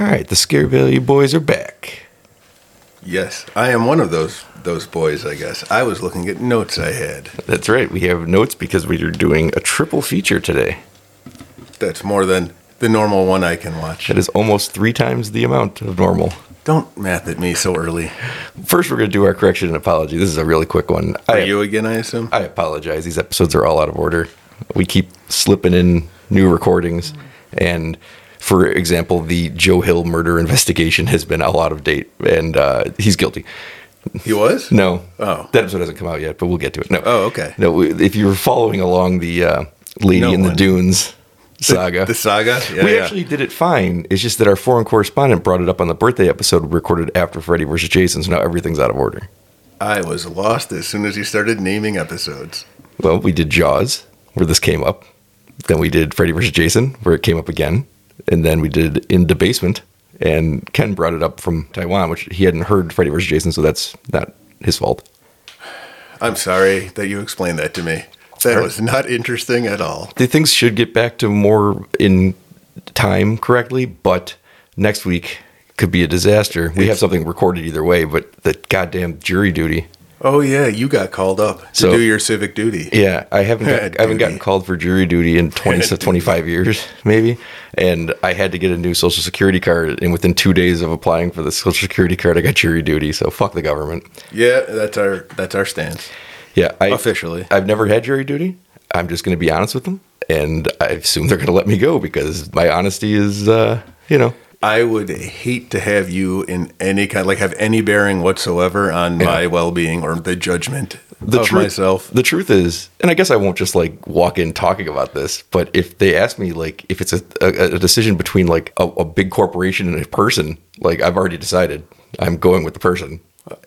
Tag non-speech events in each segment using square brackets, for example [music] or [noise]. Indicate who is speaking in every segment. Speaker 1: All right, the Scare Value boys are back.
Speaker 2: Yes, I am one of those those boys. I guess I was looking at notes I had.
Speaker 1: That's right. We have notes because we are doing a triple feature today.
Speaker 2: That's more than the normal one I can watch.
Speaker 1: That is almost three times the amount of normal.
Speaker 2: Don't math at me so early.
Speaker 1: First, we're going to do our correction and apology. This is a really quick one.
Speaker 2: Are
Speaker 1: I,
Speaker 2: you again? I assume.
Speaker 1: I apologize. These episodes are all out of order. We keep slipping in new recordings. And for example, the Joe Hill murder investigation has been all out of date, and uh, he's guilty.
Speaker 2: He was.
Speaker 1: No.
Speaker 2: Oh.
Speaker 1: That episode hasn't come out yet, but we'll get to it. No.
Speaker 2: Oh, okay.
Speaker 1: No, we- if you were following along the uh, Lady
Speaker 2: No
Speaker 1: in the
Speaker 2: one.
Speaker 1: Dunes saga,
Speaker 2: The saga. Yeah,
Speaker 1: we
Speaker 2: yeah.
Speaker 1: actually did it fine. It's just that our foreign correspondent brought it up on the birthday episode we recorded after Freddy versus Jason, so now everything's out of order.
Speaker 2: I was lost as soon as you started naming episodes.
Speaker 1: Well, we did Jaws, where this came up. Then we did Freddy versus Jason, where it came up again. And then we did In the Basement, and Ken brought it up from Taiwan, which he hadn't heard Freddy versus Jason, so that's not his fault.
Speaker 2: I'm sorry that you explained that to me. That was not interesting at all.
Speaker 1: the things should get back to more in time correctly, but next week could be a disaster. We have something recorded either way, but the goddamn jury duty.
Speaker 2: Oh yeah, you got called up to
Speaker 1: So-
Speaker 2: do your civic duty.
Speaker 1: Yeah, I haven't got, I haven't
Speaker 2: Duty.
Speaker 1: gotten called for jury duty in 20 to [laughs]
Speaker 2: Duty.
Speaker 1: 25 years maybe, and I had to get a new social security card and within 2 days of applying for the social security card I got jury duty, so fuck the government.
Speaker 2: Yeah, that's our that's our stance
Speaker 1: Yeah, I
Speaker 2: officially.
Speaker 1: I've never had jury duty. I'm just going to be honest with them and I assume they're going to let me go because my honesty is uh, you know,
Speaker 2: I would hate to have you in any kind, like have any bearing whatsoever on my well-being or the judgment
Speaker 1: the
Speaker 2: of
Speaker 1: truth,
Speaker 2: myself.
Speaker 1: The truth is, and I guess I won't just like walk in talking about this, but if they ask me like if it's a, a, a decision between like a, a big corporation and a person, like I've already decided I'm going with the person,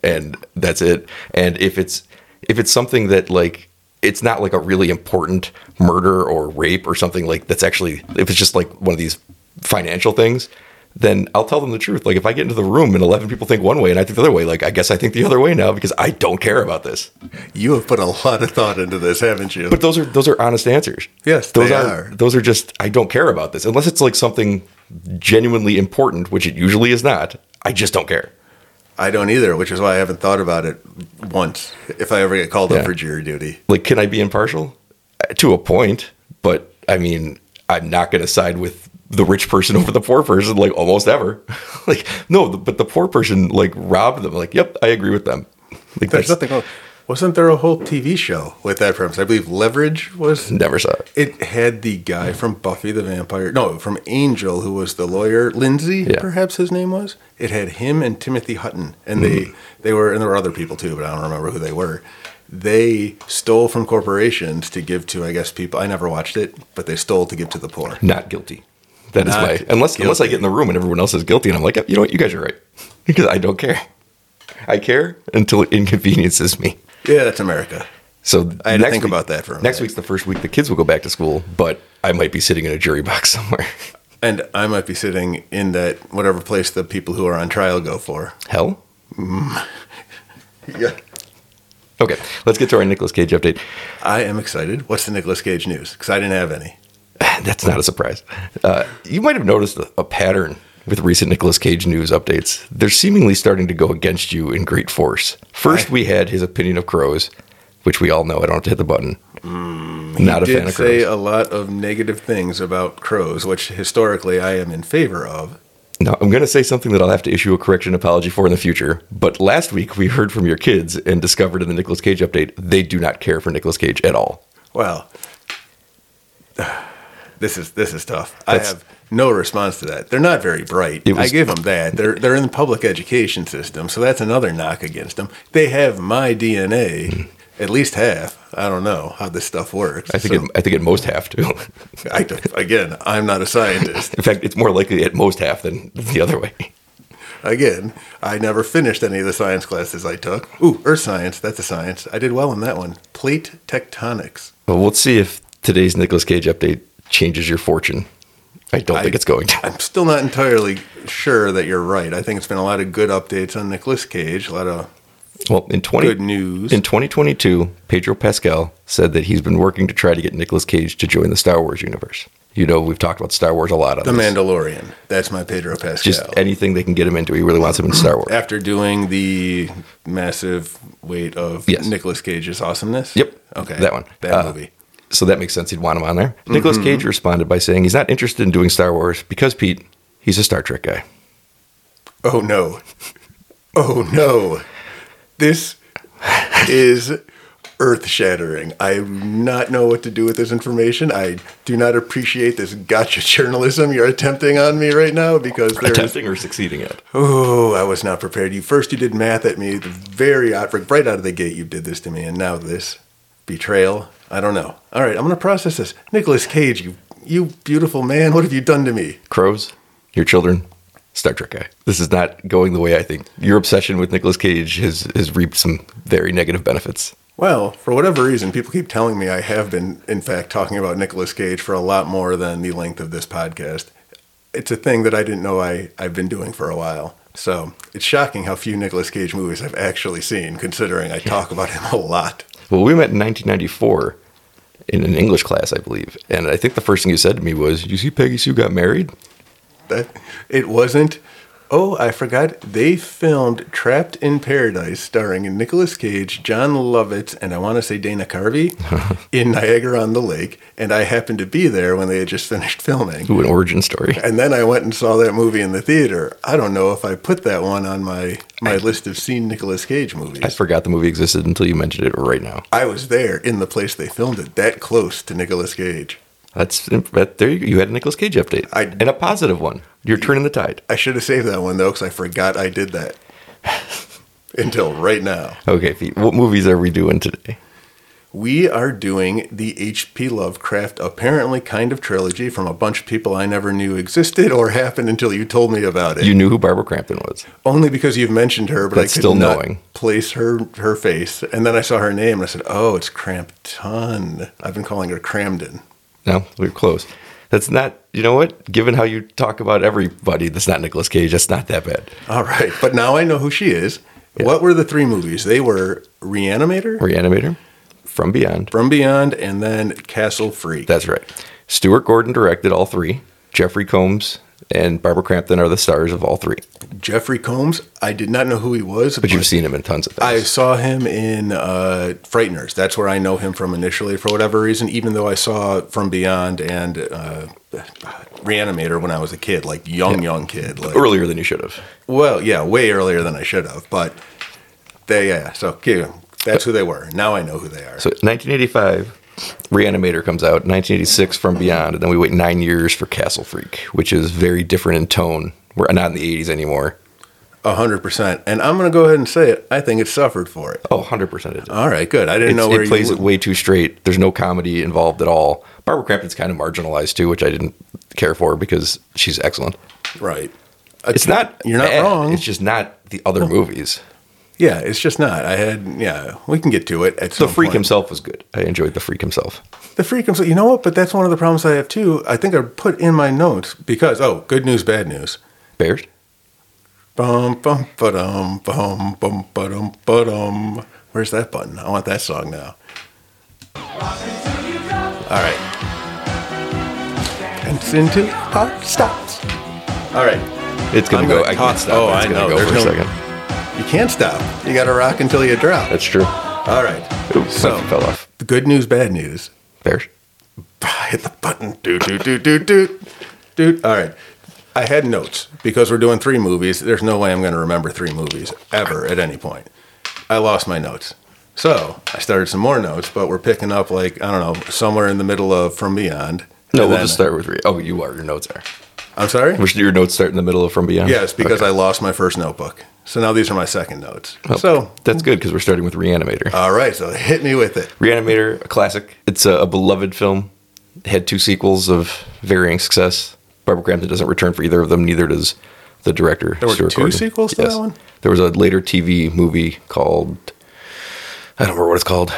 Speaker 1: and that's it. And if it's if it's something that like it's not like a really important murder or rape or something like that's actually if it's just like one of these financial things. Then I'll tell them the truth. Like if I get into the room and eleven people think one way and I think the other way, like I guess I think the other way now because I don't care about this.
Speaker 2: You have put a lot of thought into this, haven't you?
Speaker 1: But those are those are honest answers.
Speaker 2: Yes,
Speaker 1: those
Speaker 2: they
Speaker 1: are,
Speaker 2: are.
Speaker 1: Those are just I don't care about this unless it's like something genuinely important, which it usually is not. I just don't care.
Speaker 2: I don't either, which is why I haven't thought about it once. If I ever get called
Speaker 1: Yeah.
Speaker 2: up for jury duty,
Speaker 1: Like, can I be impartial Uh, to a point? But I mean, I'm not going to side with the rich person over the poor person, like almost ever. [laughs] like, no, the, but the poor person like robbed them. Like, yep, I agree with them. Like,
Speaker 2: there's
Speaker 1: that's,
Speaker 2: nothing. Wrong. Wasn't there a whole TV show with that premise? I believe Leverage was.
Speaker 1: never saw it.
Speaker 2: It had the guy from Buffy the Vampire, no, from Angel, who was the lawyer, Lindsay,
Speaker 1: Yeah.
Speaker 2: perhaps his name was. It had him and Timothy Hutton, and they they were, and there were other people too, but I don't remember who they were. They stole from corporations to give to, I guess, people. I never watched it, but they stole to give to the poor.
Speaker 1: Not guilty. That is
Speaker 2: Not
Speaker 1: my unless unless I
Speaker 2: guilty.
Speaker 1: get in the room and everyone else is guilty and I'm like, "Yep, you know what, you guys are right. [laughs] Because I don't care. I care until it [laughs] inconveniences me.
Speaker 2: Yeah, that's America.
Speaker 1: So
Speaker 2: I had to
Speaker 1: next
Speaker 2: think
Speaker 1: week-
Speaker 2: about that for a
Speaker 1: Next
Speaker 2: minute.
Speaker 1: week's the first week the kids will go back to school, but I might be sitting in a jury [laughs] box somewhere.
Speaker 2: And I might be sitting in that whatever place the people who are on trial go for.
Speaker 1: Hell?
Speaker 2: Yeah.
Speaker 1: Okay, let's get to our Nicolas Cage update.
Speaker 2: I am excited. What's the Nicolas Cage news? Because I didn't have any.
Speaker 1: [sighs] That's not a surprise. Uh, you might have noticed a, a pattern with recent Nicolas Cage news updates. They're seemingly starting to go against you in great force. First, we had his opinion of crows, which we all know. I don't have to hit the button. not a
Speaker 2: Mm, did
Speaker 1: fan of
Speaker 2: say
Speaker 1: crows.
Speaker 2: a lot of negative things about crows, which historically I am in favor of.
Speaker 1: no, I'm going to say something that I'll have to issue a correction apology for in the future. But last week, we heard from your kids and discovered in the Nicolas Cage update they do not care for Nicolas Cage at all.
Speaker 2: Well, [sighs] this is this is tough.
Speaker 1: That's-
Speaker 2: I have no response to that. They're not very bright.
Speaker 1: It was-
Speaker 2: I give them that. They're they're in the public education system, so that's another knock against them. They have my DNA, at least half. I don't know how this stuff works.
Speaker 1: I think
Speaker 2: so-
Speaker 1: it, I think at most half to.
Speaker 2: I don't- again, I'm not a
Speaker 1: [laughs]
Speaker 2: scientist.
Speaker 1: in fact, it's more likely at most half than the other way.
Speaker 2: Again, I never finished any of the science classes I took. Ooh, earth science, that's a science. I did well in that one. Plate tectonics.
Speaker 1: Well, we'll see if today's Nicolas Cage update changes your fortune. I don't think it's going to.
Speaker 2: I'm still not entirely sure that you're right. I think it's been a lot of good updates on Nicolas Cage, a lot of
Speaker 1: Well, in 20,
Speaker 2: good news.
Speaker 1: in 2022, Pedro Pascal said that he's been working to try to get Nicolas Cage to join the Star Wars universe. You know, we've talked about Star Wars a lot. On
Speaker 2: The
Speaker 1: this.
Speaker 2: Mandalorian. That's my Pedro Pascal.
Speaker 1: Just anything they can get him into. He really wants him in Star Wars.
Speaker 2: after doing the massive weight of
Speaker 1: Yes.
Speaker 2: Nicolas Cage's awesomeness.
Speaker 1: Yep.
Speaker 2: Okay.
Speaker 1: That one.
Speaker 2: That
Speaker 1: Uh,
Speaker 2: movie.
Speaker 1: So that makes sense. He'd want him on there.
Speaker 2: Mm-hmm.
Speaker 1: Nicholas Cage responded by saying he's not interested in doing Star Wars because Pete, he's a Star Trek guy.
Speaker 2: Oh no. Oh no. This is earth shattering. I do not know what to do with this information. I do not appreciate this gotcha journalism you're attempting on me right now because there is
Speaker 1: or succeeding at.
Speaker 2: Oh, I was not prepared. You first you did math at me the very out right out of the gate you did this to me, and now this betrayal. I don't know. All right, I'm gonna process this. Nicholas Cage, you you beautiful man, what have you done to me?
Speaker 1: Crows, your children, Star Trek guy. This is not going the way I think. Your obsession with Nicolas Cage has, has reaped some very negative benefits.
Speaker 2: Well, for whatever reason, people keep telling me I have been, in fact, talking about Nicolas Cage for a lot more than the length of this podcast. It's a thing that I didn't know I, I've been doing for a while. So it's shocking how few Nicolas Cage movies I've actually seen, considering I talk about him a lot.
Speaker 1: Well, we met in 1994 in an English class, I believe. And I think the first thing you said to me was, You see, Peggy Sue got married?
Speaker 2: That it wasn't. Oh, I forgot. They filmed Trapped in Paradise, starring Nicolas Cage, John Lovitz, and I want to say Dana Carvey, in Niagara on the Lake. And I happened to be there when they had just finished filming.
Speaker 1: Ooh, an origin story.
Speaker 2: And then I went and saw that movie in the theater. I don't know if I put that one on my, my list of seen Nicolas Cage
Speaker 1: I
Speaker 2: movies.
Speaker 1: forgot the movie existed until you mentioned it right now.
Speaker 2: I was there in the place they filmed it, that close to Nicolas Cage.
Speaker 1: That's that, there. You, go. you had a Nicolas Cage update
Speaker 2: I-
Speaker 1: and a positive one. You're turning the tide.
Speaker 2: I should have saved that one though, because I forgot I did that until right now.
Speaker 1: Okay, Pete, what movies are we doing today?
Speaker 2: We are doing the H.P. Lovecraft apparently kind of trilogy from a bunch of people I never knew existed or happened until you told me about it.
Speaker 1: You knew who Barbara Crampton was.
Speaker 2: Only because you've mentioned her, but
Speaker 1: That's
Speaker 2: I could
Speaker 1: still
Speaker 2: not
Speaker 1: knowing.
Speaker 2: place her her face. And then I saw her name and I said, "Oh, it's Crampton." I've been calling her Cramden.
Speaker 1: No, we were close. That's not. You know what? Given how you talk about everybody, that's not Nicolas Cage. That's not that bad.
Speaker 2: All right, but now I know who she is. What were the three movies? They were Reanimator,
Speaker 1: Reanimator, From Beyond.
Speaker 2: From Beyond, and then Castle Freak.
Speaker 1: That's right. Stuart Gordon directed all three. Jeffrey Combs and Barbara Crampton are the stars of all three.
Speaker 2: Jeffrey Combs. I did not know who he was,
Speaker 1: But you've seen him in tons of
Speaker 2: I
Speaker 1: things.
Speaker 2: saw him in uh, Frighteners. That's where I know him from initially, for whatever reason. Even though I saw From Beyond and uh, Reanimator when I was a kid, like young, young kid. Like,
Speaker 1: Earlier than you should have.
Speaker 2: well, yeah, way earlier than I should have. But they, yeah. So okay, that's who they were. Now I know who they are.
Speaker 1: So 1985, Reanimator comes out. 1986, From Beyond, and then we wait nine years for Castle Freak, which is very different in tone. We're not in the 80s anymore.
Speaker 2: A hundred percent. And I'm gonna go ahead and say it. I think it suffered for it.
Speaker 1: Oh, 100 percent it. did.
Speaker 2: All right, good. I didn't know
Speaker 1: It's-
Speaker 2: where
Speaker 1: It plays
Speaker 2: you.
Speaker 1: it way too straight. There's no comedy involved at all. Barbara Crampton's kind of marginalized too, which I didn't care for because she's excellent.
Speaker 2: right.
Speaker 1: It's not.
Speaker 2: You're not
Speaker 1: bad.
Speaker 2: wrong.
Speaker 1: It's just not the other movies.
Speaker 2: Yeah, it's just not. I had. Yeah, we can get to it. At
Speaker 1: The
Speaker 2: some
Speaker 1: Freak
Speaker 2: point.
Speaker 1: himself was good. I enjoyed The Freak himself.
Speaker 2: The freak comes. You know what? But that's one of the problems I have too. I think I put in my notes because oh, good news, bad news.
Speaker 1: Bears.
Speaker 2: Bum bum ba-dum, bum bum ba-dum, ba-dum. Where's that button? I want that song now. All right. And it's into hard stops. All right.
Speaker 1: It's gonna
Speaker 2: I'm
Speaker 1: go.
Speaker 2: gonna
Speaker 1: I
Speaker 2: talk-
Speaker 1: can't stop.
Speaker 2: oh,
Speaker 1: it's
Speaker 2: I
Speaker 1: gonna
Speaker 2: know.
Speaker 1: go
Speaker 2: There's
Speaker 1: for a
Speaker 2: no-
Speaker 1: second.
Speaker 2: You can't stop. You got to rock until you drop.
Speaker 1: That's true.
Speaker 2: All right.
Speaker 1: Oops,
Speaker 2: So-
Speaker 1: something fell off.
Speaker 2: The good news, bad news.
Speaker 1: Bears.
Speaker 2: [laughs] hit the button. Doot, doot, doot, doot, doot. Doot. All right. I had notes because we're doing three movies. There's no way I'm going to remember three movies ever at any point. I lost my notes. So I started some more notes, but we're picking up like, I don't know, somewhere in the middle of From Beyond.
Speaker 1: No, we'll
Speaker 2: And then-
Speaker 1: just start with. Re- oh, you are. Your notes are.
Speaker 2: I'm sorry?
Speaker 1: Which your notes start in the middle of From Beyond?
Speaker 2: Yes, because
Speaker 1: Okay.
Speaker 2: I lost my first notebook. So now these are my second notes.
Speaker 1: Well,
Speaker 2: So,
Speaker 1: that's good because we're starting with Reanimator.
Speaker 2: all right. So hit me with it.
Speaker 1: Reanimator, a classic. It's a, a beloved film. It had two sequels of varying success. Barbara Crampton doesn't return for either of them. Neither does the director.
Speaker 2: There were two sequels to that one?
Speaker 1: There was a later TV movie called I don't remember what it's called.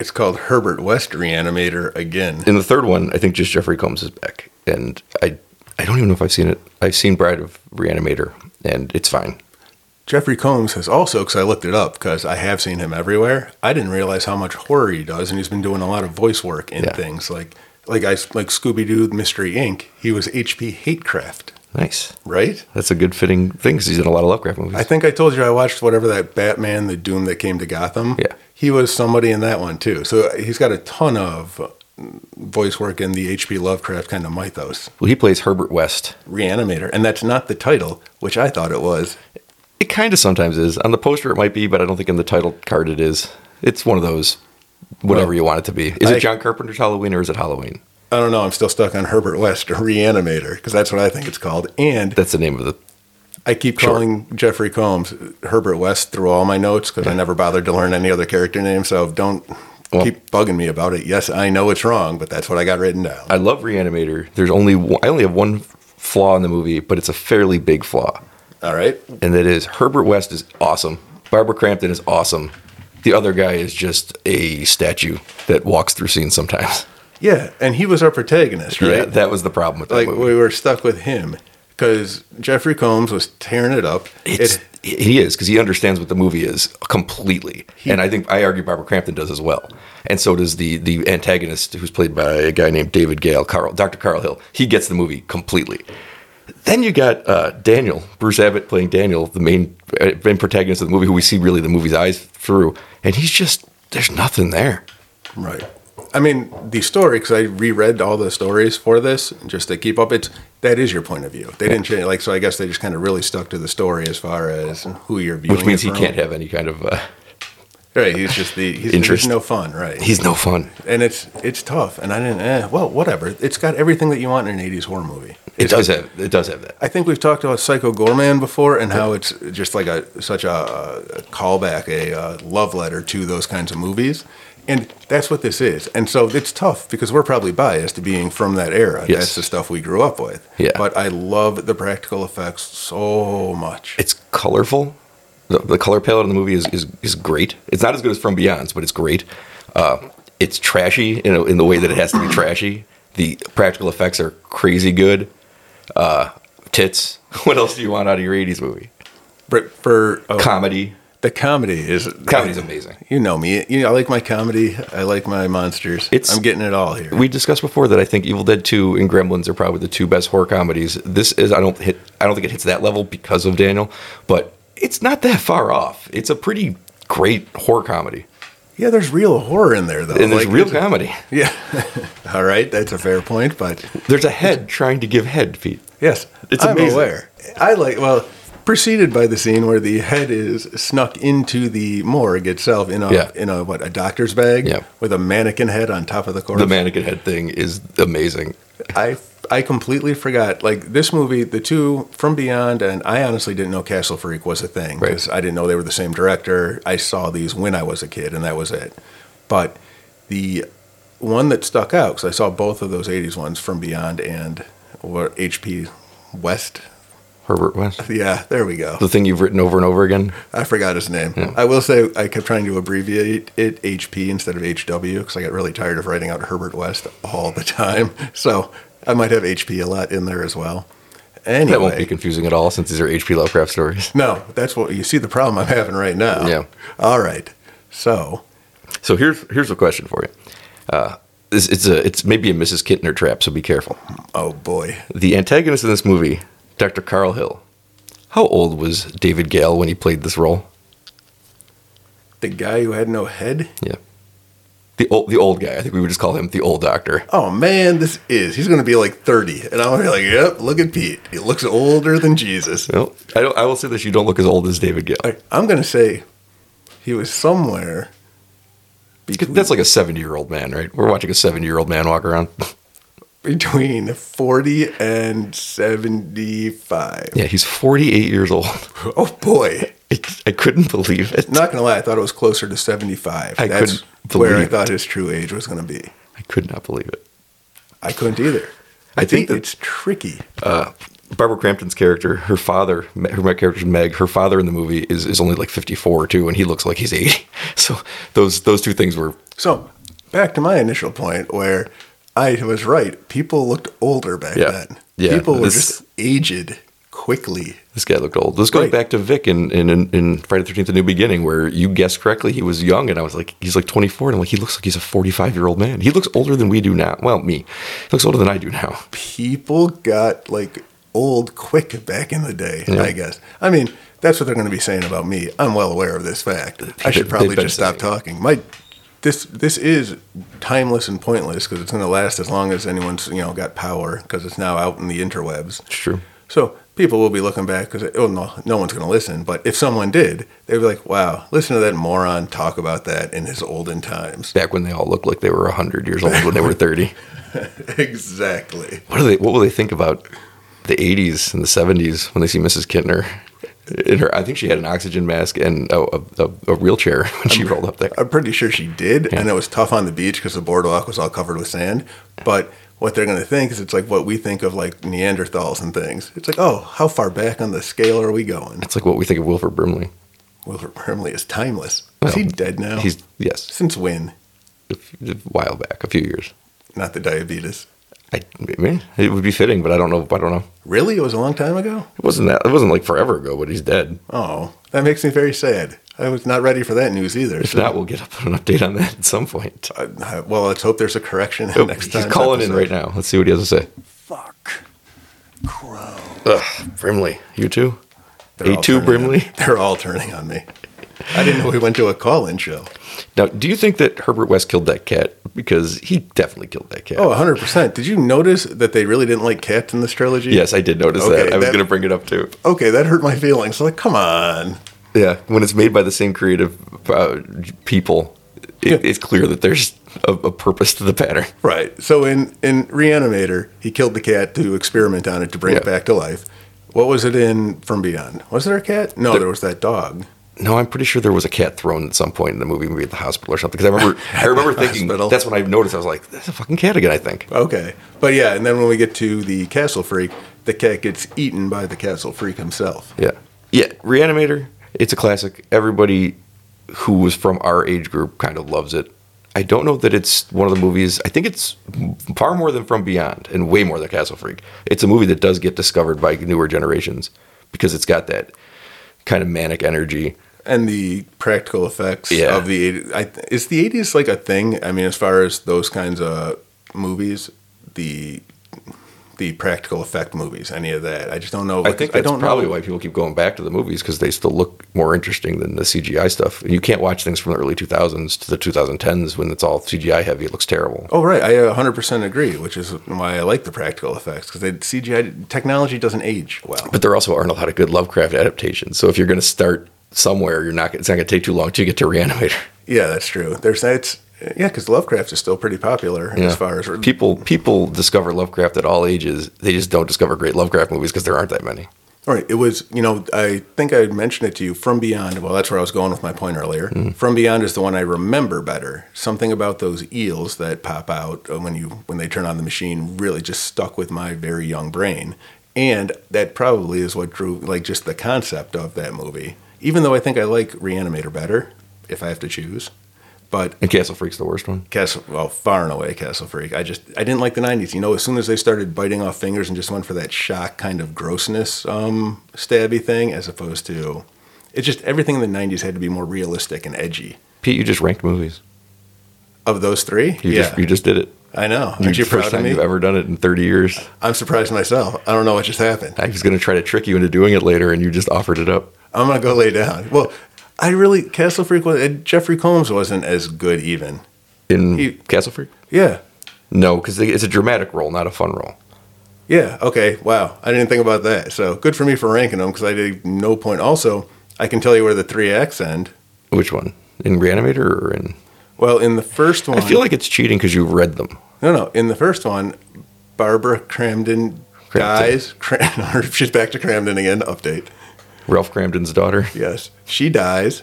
Speaker 2: It's called Herbert West Reanimator again.
Speaker 1: In the third one, I think just Jeffrey Combs is back, and I I don't even know if I've seen it. I've seen Bride of Reanimator, and it's fine.
Speaker 2: Jeffrey Combs has also, because I looked it up, because I have seen him everywhere. I didn't realize how much horror he does, and he's been doing a lot of voice work in
Speaker 1: Yeah.
Speaker 2: things like like I like Scooby Doo Mystery Inc. He was H.P. Hatecraft,
Speaker 1: Nice.
Speaker 2: right?
Speaker 1: That's a good fitting thing because he's in a lot of Lovecraft movies.
Speaker 2: I think I told you I watched whatever that Batman, the Doom that came to Gotham.
Speaker 1: Yeah.
Speaker 2: He was somebody in that one too. So he's got a ton of voice work in the H.P. Lovecraft kind of mythos.
Speaker 1: well, he plays Herbert West.
Speaker 2: Reanimator. And that's not the title, which I thought it was.
Speaker 1: It kind of sometimes is. On the poster, it might be, but I don't think in the title card it is. It's one of those, whatever
Speaker 2: Well,
Speaker 1: you want it to be. Is
Speaker 2: I-
Speaker 1: it John Carpenter's Halloween or is it Halloween?
Speaker 2: I don't know. I'm still stuck on Herbert West, [laughs] Reanimator, because that's what I think it's called. And
Speaker 1: That's the name of the.
Speaker 2: I keep
Speaker 1: Sure.
Speaker 2: calling Jeffrey Combs Herbert West through all my notes because I never bothered to learn any other character name. So don't
Speaker 1: Well-
Speaker 2: keep bugging me about it. Yes, I know it's wrong, but that's what I got written down.
Speaker 1: I love Reanimator. There's only one, I only have one flaw in the movie, but it's a fairly big flaw,
Speaker 2: All right.
Speaker 1: and that is Herbert West is awesome. Barbara Crampton is awesome. The other guy is just a statue that walks through scenes sometimes.
Speaker 2: Yeah. And he was our protagonist, right?
Speaker 1: Yeah, that was the problem with that
Speaker 2: like
Speaker 1: movie.
Speaker 2: we were stuck with him because Jeffrey Combs was tearing it up.
Speaker 1: It's,
Speaker 2: It-
Speaker 1: he is because he understands what the movie is completely, and I think I argue Barbara Crampton does as well, and so does the the antagonist who's played by a guy named David Gale Carl Dr. Carl Hill. He gets the movie completely. Then you got uh, Daniel Bruce Abbott playing Daniel, the main uh, main protagonist of the movie, who we see really the movie's eyes through, and he's just there's nothing there.
Speaker 2: right. I mean, the story because I reread all the stories for this just to keep up. It's that is your point of view. They didn't change. Like so, I guess they just kind of really stuck to the story as far as who you're viewing.
Speaker 1: Which means
Speaker 2: it
Speaker 1: he
Speaker 2: from.
Speaker 1: can't have any kind of uh,
Speaker 2: Right. He's just the he's,
Speaker 1: Interest.
Speaker 2: he's no fun. Right.
Speaker 1: he's no fun.
Speaker 2: and it's it's tough. And I didn't. Eh, well, whatever. It's got everything that you want in an '80s horror movie.
Speaker 1: It does have it does have that.
Speaker 2: I think we've talked about Psycho Gorman before and how it's just like a such a, a callback, a uh, love letter to those kinds of movies. And that's what this is. And so it's tough because we're probably biased being from that era.
Speaker 1: Yes.
Speaker 2: That's the stuff we grew up with.
Speaker 1: Yeah.
Speaker 2: But I love the practical effects so much.
Speaker 1: it's colorful. The, the color palette in the movie is, is is great. It's not as good as From Beyond's, but it's great. Uh, it's trashy in, a, in the way that it has to be trashy. The practical effects are crazy good. Uh, tits. [laughs] What else do you want out of your '80s movie?
Speaker 2: But for oh,
Speaker 1: Comedy.
Speaker 2: the comedy is
Speaker 1: Comedy's amazing.
Speaker 2: You know me. You know, I like my comedy. I like my monsters.
Speaker 1: It's-
Speaker 2: I'm getting it all here.
Speaker 1: We discussed before that I think Evil Dead 2 and Gremlins are probably the two best horror comedies. This is I don't hit I don't think it hits that level because of Daniel, but it's not that far off. It's a pretty great horror comedy.
Speaker 2: yeah, there's real horror in there though.
Speaker 1: And there's
Speaker 2: Like,
Speaker 1: real comedy.
Speaker 2: Yeah. [laughs] all right, that's a fair point, but
Speaker 1: There's a head trying to give head feet.
Speaker 2: Yes,
Speaker 1: It's amazing.
Speaker 2: I like well preceded by the scene where the head is snuck into the morgue itself in a
Speaker 1: Yeah.
Speaker 2: in a what a doctor's bag
Speaker 1: Yeah.
Speaker 2: with a mannequin head on top of the corpse.
Speaker 1: The mannequin head thing is amazing.
Speaker 2: I I completely forgot like this movie the two from beyond and I honestly didn't know Castle Freak was a thing
Speaker 1: Right.
Speaker 2: I didn't know they were the same director. I saw these when I was a kid and that was it. But the one that stuck out cuz I saw both of those 80s ones from beyond and what HP West. [laughs]
Speaker 1: Herbert West.
Speaker 2: Yeah, there we go.
Speaker 1: The thing you've written over and over again.
Speaker 2: I forgot his name.
Speaker 1: Hmm.
Speaker 2: I will say I kept trying to abbreviate it HP instead of HW because I got really tired of writing out Herbert West all the time. [laughs] So I might have HP a lot in there as well. Anyway,
Speaker 1: That won't be confusing at all since these are H.P. Lovecraft stories.
Speaker 2: no, that's what you see the problem I'm having right now.
Speaker 1: Yeah.
Speaker 2: All right. So
Speaker 1: So here's here's a question for you. Uh, this, it's a it's maybe a Mrs. Kittner trap, so be careful.
Speaker 2: oh boy,
Speaker 1: The antagonist in this movie, Dr. Carl Hill. How old was David Gale when he played this role?
Speaker 2: the guy who had no head.
Speaker 1: Yeah. The old the old guy. I think we would just call him the old doctor.
Speaker 2: Oh man, this is he's going to be like 30, and I'm going to be like, yep, look at Pete. He looks older than Jesus.
Speaker 1: No, I don't, I will say this: you don't look as old as David Gale.
Speaker 2: All right, I'm going to say he was somewhere.
Speaker 1: Because That's like a 70 year old man, right? We're watching a 70 year old man walk around.
Speaker 2: between 40 and 75.
Speaker 1: Yeah, he's 48 years old. [laughs]
Speaker 2: Oh boy.
Speaker 1: I, I couldn't believe it.
Speaker 2: Not going to lie, I thought it was closer to 75.
Speaker 1: I
Speaker 2: That's
Speaker 1: couldn't
Speaker 2: where I
Speaker 1: believe
Speaker 2: thought his true age was going to be.
Speaker 1: I could not believe it.
Speaker 2: I couldn't either. I,
Speaker 1: I
Speaker 2: think,
Speaker 1: think that-
Speaker 2: it's tricky.
Speaker 1: Barbara Crampton's character, her father, her my character's Meg, her father in the movie is, is only like 54 too, and he looks like he's 80. [laughs] So those those two things were
Speaker 2: So, back to my initial point where I was right. People looked older back
Speaker 1: Yeah.
Speaker 2: then.
Speaker 1: Yeah,
Speaker 2: People were
Speaker 1: this-
Speaker 2: just aged quickly.
Speaker 1: This guy looked old. This goes
Speaker 2: Right.
Speaker 1: back to Vic in, in, in, in Friday the 13th, A New Beginning, where you guessed correctly. He was young, and I was like, he's like 24. And I'm like, he looks like he's a 45 year old man. He looks older than we do now. Well, me. He looks older than I do now. [laughs]
Speaker 2: People got like old quick back in the day, I guess. I mean, that's what they're going to be saying about me. I'm well aware of this fact. I should
Speaker 1: They've
Speaker 2: probably
Speaker 1: been
Speaker 2: just stop
Speaker 1: saying
Speaker 2: talking. My this this is timeless and pointless because it's going to last as long as anyone's you know got power because it's now out in the interwebs.
Speaker 1: It's true.
Speaker 2: So people will be looking back because oh no, no one's going to listen. But if someone did, they'd be like, "Wow, listen to that moron talk about that in his olden times." [laughs]
Speaker 1: Back when they all looked like they were 100 years old when they were 30.
Speaker 2: exactly.
Speaker 1: What, do they, what will they think about the 80s and the 70s when they see Mrs. Kittner? In her, I think she had an oxygen mask and a, a, a- a wheelchair [laughs] when she rolled up there.
Speaker 2: I'm pretty sure she did, and it was tough on the beach because the boardwalk was all covered with sand. But what they're going to think is it's like what we think of like Neanderthals and things. It's like, oh, how far back on the scale are we going?
Speaker 1: It's like what we think of Wilford Brimley.
Speaker 2: Wilford Brimley is timeless. Is he
Speaker 1: Well,
Speaker 2: dead now?
Speaker 1: He's, yes,
Speaker 2: since when?
Speaker 1: a few- a while back, a few years.
Speaker 2: Not the diabetes.
Speaker 1: I, I mean, it would be fitting, but I don't know. I don't know.
Speaker 2: Really? It was a long time ago.
Speaker 1: It wasn't that. It wasn't like forever ago, but he's dead.
Speaker 2: Oh, that makes me very sad. I was not ready for that news either.
Speaker 1: If not, we'll get up an update on that at some point.
Speaker 2: I- I- well, let's hope there's a correction
Speaker 1: Oh,
Speaker 2: next time.
Speaker 1: he's calling in right now. Let's see what he has to say.
Speaker 3: Fuck. Crow.
Speaker 1: Ugh, Brimley, you too. A two Brimley.
Speaker 2: [laughs] They're all turning on me. I didn't know we went to a call-in show.
Speaker 1: Now, do you think that Herbert West killed that cat? Because he definitely killed that cat.
Speaker 2: Oh, 100%. Did you notice that they really didn't like cats in this trilogy?
Speaker 1: yes, I did notice
Speaker 2: Okay,
Speaker 1: that. I was
Speaker 2: that-
Speaker 1: going to bring it up too.
Speaker 2: Okay, that hurt my feelings. Like, come on.
Speaker 1: Yeah, when it's made by the same creative uh, people, it,
Speaker 2: Yeah.
Speaker 1: it's clear that there's a, a purpose to the pattern.
Speaker 2: Right. So in, in Reanimator, he killed the cat to experiment on it to bring it
Speaker 1: Yeah.
Speaker 2: back to life. What was it in From Beyond? Was there a cat? No, there was that dog.
Speaker 1: No, I'm pretty sure there was a cat thrown at some point in the movie, maybe at the hospital or something. Because I [laughs] remember, I remember thinking
Speaker 2: Hospital.
Speaker 1: that's when I noticed. I was like, "That's a fucking cat again." I think.
Speaker 2: Okay. But yeah, and then when we get to the Castle Freak, the cat gets eaten by the Castle Freak himself.
Speaker 1: Yeah, yeah. Reanimator. It's a classic. Everybody who was from our age group kind of loves it. I don't know that it's one of the movies. I think it's far more than From Beyond and way more than Castle Freak. It's a movie that does get discovered by newer generations because it's got that kind of manic energy.
Speaker 2: and the practical effects
Speaker 1: Yeah.
Speaker 2: of the 80s. I, th- is the 80s like a thing? I mean, as far as those kinds of movies, the the practical effect movies, any of that. I just don't know.
Speaker 1: I think that's
Speaker 2: I don't
Speaker 1: probably
Speaker 2: know.
Speaker 1: why people keep going back to the movies because they still look more interesting than the CGI stuff. You can't watch things from the early 2000s to the 2010s when it's all CGI heavy. It looks terrible.
Speaker 2: Oh, right. I uh, 100% agree, which is why I like the practical effects because CGI technology doesn't age well.
Speaker 1: But there also aren't a lot of good Lovecraft adaptations. So if you're going to start somewhere, you're not. It's not going to take too long to get to Reanimator.
Speaker 2: Yeah, that's true. There's that's yeah, because Lovecraft is still pretty popular as far as
Speaker 1: [laughs] people people discover Lovecraft at all ages. They just don't discover great Lovecraft movies because there aren't that many.
Speaker 2: All right. It was, you know, I think I mentioned it to you. From Beyond. Well, that's where I was going with my point earlier. From Beyond is the one I remember better. Something about those eels that pop out uh, when you when they turn on the machine really just stuck with my very young brain, and that probably is what drew like just the concept of that movie. Even though I think I like Reanimator better, if I have to choose, but
Speaker 1: And Castle Freak's the worst one.
Speaker 2: Castle, well, far and away Castle Freak. I just, I didn't like the '90s. You know, as soon as they started biting off fingers and just went for that shock kind of grossness, um, stabby thing, as opposed to, it's just everything in the '90s had to be more realistic and edgy.
Speaker 1: Pete, you just ranked movies.
Speaker 2: Of those three,
Speaker 1: You
Speaker 2: yeah,
Speaker 1: just you just did it.
Speaker 2: I know.
Speaker 1: You,
Speaker 2: Aren't you
Speaker 1: first
Speaker 2: proud of
Speaker 1: time
Speaker 2: me?
Speaker 1: you've ever done it in 30 years.
Speaker 2: I'm surprised myself. I don't know what just happened.
Speaker 1: I was going to try to trick you into doing it later, and you just offered it up.
Speaker 2: I'm gonna go lay down. Well, I really Castle Freak. Was, and Jeffrey Combs wasn't as good even.
Speaker 1: in
Speaker 2: You-
Speaker 1: Castle Freak?
Speaker 2: Yeah,
Speaker 1: No, because it's a dramatic role, not a fun role.
Speaker 2: Yeah. Okay. Wow. I didn't think about that. So good for me for ranking them because I did no point. Also, I can tell you where the three acts end.
Speaker 1: Which one? In Reanimator or in?
Speaker 2: Well, in the first one,
Speaker 1: I feel like it's cheating because you read them.
Speaker 2: no, no. In the first one, Barbara Cramden,
Speaker 1: Crampton.
Speaker 2: dies. [laughs] Cram- she's back to Cramden again. Update.
Speaker 1: Ralph Cramden's daughter.
Speaker 2: Yes, she dies.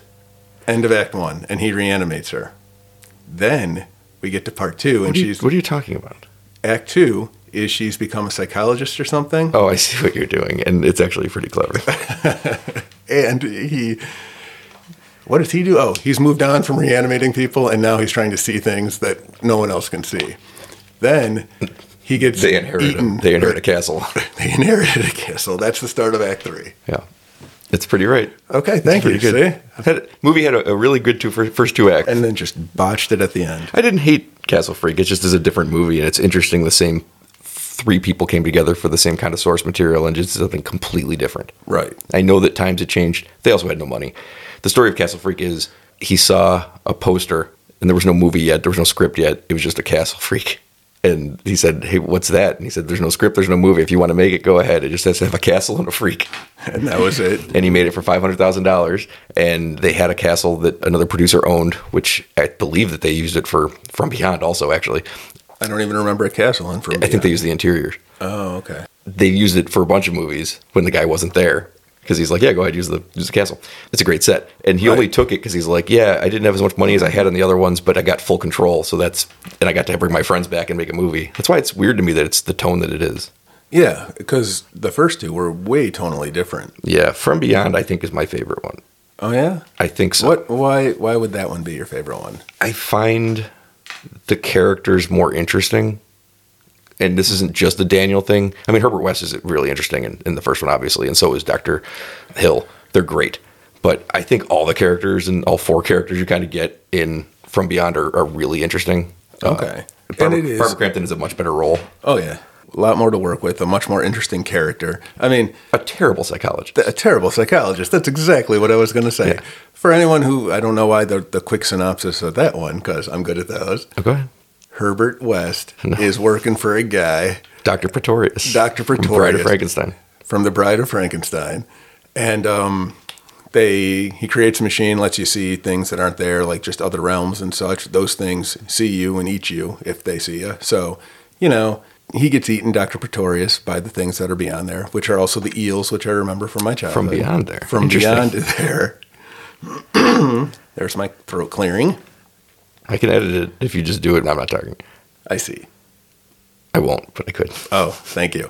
Speaker 2: End of Act One, and he reanimates her. Then we get to Part Two, and
Speaker 1: What are, you,
Speaker 2: she's
Speaker 1: what are you talking about?
Speaker 2: Act Two is she's become a psychologist or something.
Speaker 1: Oh, I see what you're doing, and it's actually pretty clever.
Speaker 2: and he what does he do oh he's moved on from reanimating people and now he's trying to see things that no one else can see then he
Speaker 1: [laughs]
Speaker 2: gets
Speaker 1: They inherit a,
Speaker 2: eaten.
Speaker 1: they inherit a castle.
Speaker 2: [laughs] They inherited a castle. That's the start of Act Three.
Speaker 1: [laughs] yeah, it's pretty right.
Speaker 2: Okay, thank you.
Speaker 1: Pretty good.
Speaker 2: See?
Speaker 1: Had, movie had a, a really good two first, first two acts.
Speaker 2: And then just botched it at the end.
Speaker 1: I didn't hate Castle Freak. It just is a different movie, and it's interesting. The same three people came together for the same kind of source material, and just did something completely different.
Speaker 2: Right.
Speaker 1: I know that times had changed. They also had no money. The story of Castle Freak is he saw a poster, and there was no movie yet. There was no script yet. It was just a Castle Freak. And he said, "Hey, what's that?" And he said, "There's no script. There's no movie. If you want to make it, go ahead. It just has to have a castle and a freak."
Speaker 2: And that was it.
Speaker 1: and he made it for five hundred thousand dollars. And they had a castle that another producer owned, which I believe that they used it for From Beyond. Also, actually,
Speaker 2: I don't even remember a castle in from.
Speaker 1: I think they used the interiors.
Speaker 2: Oh, okay.
Speaker 1: They used it for a bunch of movies when the guy wasn't there because he's like, "Yeah, go ahead, use the use the castle. It's a great set." And he only took it because he's like, "Yeah, I didn't have as much money as I had on the other ones, but I got full control. So that's and I got to bring my friends back and make a movie. That's why it's weird to me that it's the tone that it is."
Speaker 2: Yeah, because the first two were way tonally different.
Speaker 1: Yeah, From Beyond I think is my favorite one.
Speaker 2: Oh yeah.
Speaker 1: I think so.
Speaker 2: What? Why? Why would that one be your favorite one?
Speaker 1: I find the characters more interesting. And this isn't just the Daniel thing. I mean, Herbert West is really interesting in, in the first one, obviously, and so is Dr. Hill. They're great. But I think all the characters and all four characters you kind of get in From Beyond are, are really interesting. Uh,
Speaker 2: Okay. and
Speaker 1: Barbara,
Speaker 2: it is.
Speaker 1: Barbara Crampton is a much better role.
Speaker 2: Oh yeah. A lot more to work with. A much more interesting character. I mean,
Speaker 1: A terrible psychologist.
Speaker 2: a terrible psychologist. That's exactly what I was going to say.
Speaker 1: Yeah.
Speaker 2: For anyone who I don't know why the the quick synopsis of that one because I'm good at those.
Speaker 1: okay.
Speaker 2: Herbert West is working for a guy
Speaker 1: Dr. Pretorius.
Speaker 2: Dr.
Speaker 1: from Bride
Speaker 2: Pretorius.
Speaker 1: of Frankenstein.
Speaker 2: from The Bride of Frankenstein, and um, they he creates a machine, lets you see things that aren't there, like just other realms and such. Those things see you and eat you if they see you. So, you know, he gets eaten, Doctor Pretorius, by the things that are beyond there, which are also the eels, which I remember from my childhood.
Speaker 1: beyond there.
Speaker 2: Uh, From
Speaker 1: Interesting.
Speaker 2: beyond [laughs] there. [clears throat] There's my throat clearing.
Speaker 1: I can edit it if you just do it and I'm not talking.
Speaker 2: I see.
Speaker 1: I won't, but I could.
Speaker 2: Oh, thank you.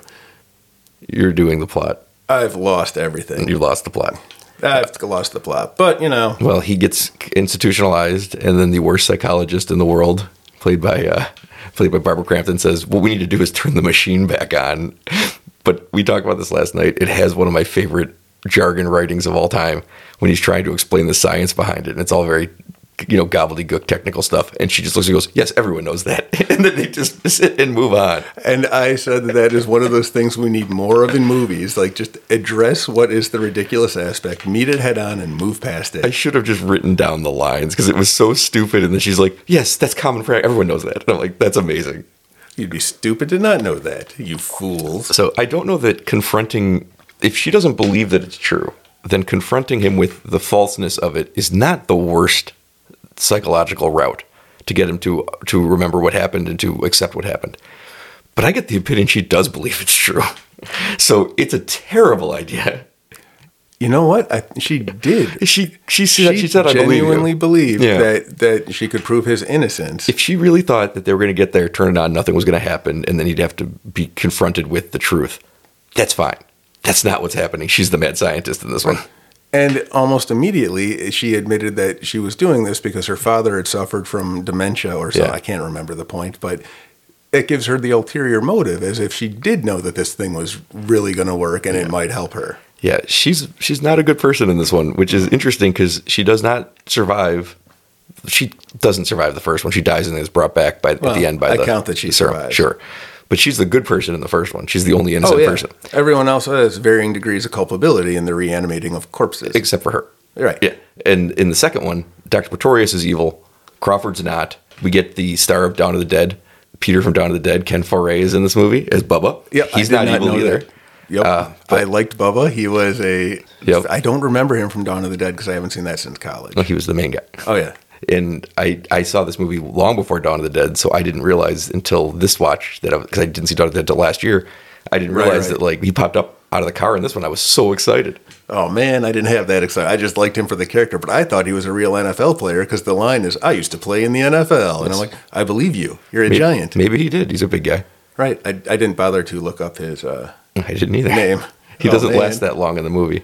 Speaker 1: You're doing the plot.
Speaker 2: I've lost everything.
Speaker 1: You lost the plot.
Speaker 2: I've lost the plot, but you know,
Speaker 1: Well, he gets institutionalized, and then the worst psychologist in the world, played by uh, played by Barbara Crampton, says, "What we need to do is turn the machine back on." But we talked about this last night. It has one of my favorite jargon writings of all time when he's trying to explain the science behind it, and it's all very you know gobbledygook technical stuff. And she just looks and goes, "Yes, everyone knows that," [laughs] and then they just miss it and move on.
Speaker 2: And I said that that is one of those things we need more of in movies. Like, just address what is the ridiculous aspect, meet it head on, and move past
Speaker 1: I
Speaker 2: it.
Speaker 1: should have just written down the lines because it was so stupid. And then she's like, "Yes, that's common practice. Everyone knows that." And I'm like, "That's amazing."
Speaker 2: You'd be stupid to not know that, you fools.
Speaker 1: So I don't know that confronting, if she doesn't believe that it's true, then confronting him with the falseness of it is not the worst psychological route to get him to to remember what happened and to accept what happened. But I get the opinion she does believe it's true. [laughs] So it's a terrible idea.
Speaker 2: You know what? I, she did.
Speaker 1: She she said she, said I believe
Speaker 2: genuinely
Speaker 1: you.
Speaker 2: believed
Speaker 1: Yeah.
Speaker 2: that, that she could prove his innocence.
Speaker 1: If she really thought that they were going to get there, turn it on, nothing was going to happen, and then he'd have to be confronted with the truth, that's fine. That's not what's happening. She's the mad scientist in this one.
Speaker 2: And almost immediately, she admitted that she was doing this because her father had suffered from dementia or something.
Speaker 1: Yeah.
Speaker 2: I can't remember the point, but it gives her the ulterior motive as if she did know that this thing was really going to work and it might help her.
Speaker 1: Yeah, she's she's not a good person in this one, which is interesting because she does not survive. She doesn't survive the first one. She dies and is brought back by at
Speaker 2: Well,
Speaker 1: the end by
Speaker 2: I
Speaker 1: the
Speaker 2: count that she
Speaker 1: the serum.
Speaker 2: survived.
Speaker 1: Sure, but she's the good person in the first one. She's the only innocent person
Speaker 2: Oh, Everyone else has varying degrees of culpability in the reanimating of corpses.
Speaker 1: except for her.
Speaker 2: Right.
Speaker 1: Yeah, and in the second one, Doctor Pretorius is evil. Crawford's not. We get the star of Dawn of the Dead, Peter from Dawn of the Dead. Ken Foray is in this movie as Bubba.
Speaker 2: Yep, I
Speaker 1: he's
Speaker 2: did
Speaker 1: not, evil
Speaker 2: know
Speaker 1: either.
Speaker 2: that. Yep.
Speaker 1: Uh,
Speaker 2: I liked Bubba. He was a.
Speaker 1: Yep.
Speaker 2: I don't remember him from Dawn of the Dead because I haven't seen that since college.
Speaker 1: No, he was the main guy.
Speaker 2: Oh, yeah.
Speaker 1: and I, I saw this movie long before Dawn of the Dead, so I didn't realize until this watch that because I, didn't see Dawn of the Dead till last year, I didn't
Speaker 2: Right,
Speaker 1: realize
Speaker 2: right.
Speaker 1: that like he popped up out of the car in this one. I was so excited.
Speaker 2: Oh man, I didn't have that excited. I just liked him for the character, but I thought he was a real NFL player because the line is, "I used to play in the NFL," and I'm like, "I believe you. You're a
Speaker 1: Maybe,
Speaker 2: giant."
Speaker 1: Maybe he did. He's a big guy.
Speaker 2: Right? I, I didn't bother to look up his. Uh,
Speaker 1: [laughs] I didn't either.
Speaker 2: Name.
Speaker 1: He
Speaker 2: Oh,
Speaker 1: doesn't
Speaker 2: man.
Speaker 1: last that long in the movie.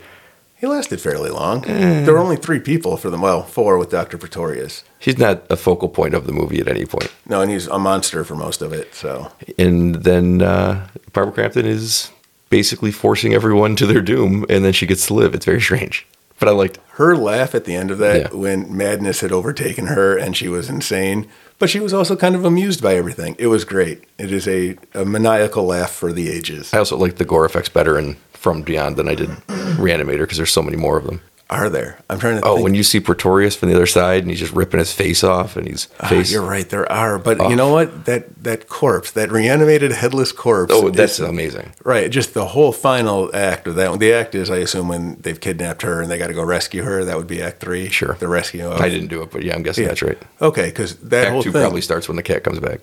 Speaker 2: He lasted fairly long.
Speaker 1: Eh.
Speaker 2: There were only three people for them. Well, four with Dr. Pretorius.
Speaker 1: He's not a focal point of the movie at any point.
Speaker 2: No, and he's a monster for most of it. So
Speaker 1: And then uh, Barbara Crampton is basically forcing everyone to their doom, and then she gets to live. It's very strange, but I liked. it.
Speaker 2: her laugh at the end of that
Speaker 1: Yeah.
Speaker 2: when madness had overtaken her and she was insane, but she was also kind of amused by everything. It was great. It is a, a maniacal laugh for the ages.
Speaker 1: I also liked the gore effects better in From Beyond than I did Reanimator because there's so many more of them.
Speaker 2: Are there? I'm trying to
Speaker 1: Oh,
Speaker 2: think.
Speaker 1: when you see Pretorius from the other side and he's just ripping his face off and he's
Speaker 2: Ah,
Speaker 1: face. Oh.
Speaker 2: you're right, there are. But you know what? That that corpse, that reanimated headless corpse.
Speaker 1: Oh,
Speaker 2: is-
Speaker 1: that's amazing.
Speaker 2: Right, just the whole final act of that one. The act is, I assume, when they've kidnapped her and they got to go rescue her. That would be Act Three.
Speaker 1: Sure.
Speaker 2: the rescue. Of,
Speaker 1: I didn't do it, but yeah, I'm guessing that's right.
Speaker 2: Okay, because that whole
Speaker 1: Act two
Speaker 2: thing.
Speaker 1: probably starts when the cat comes back.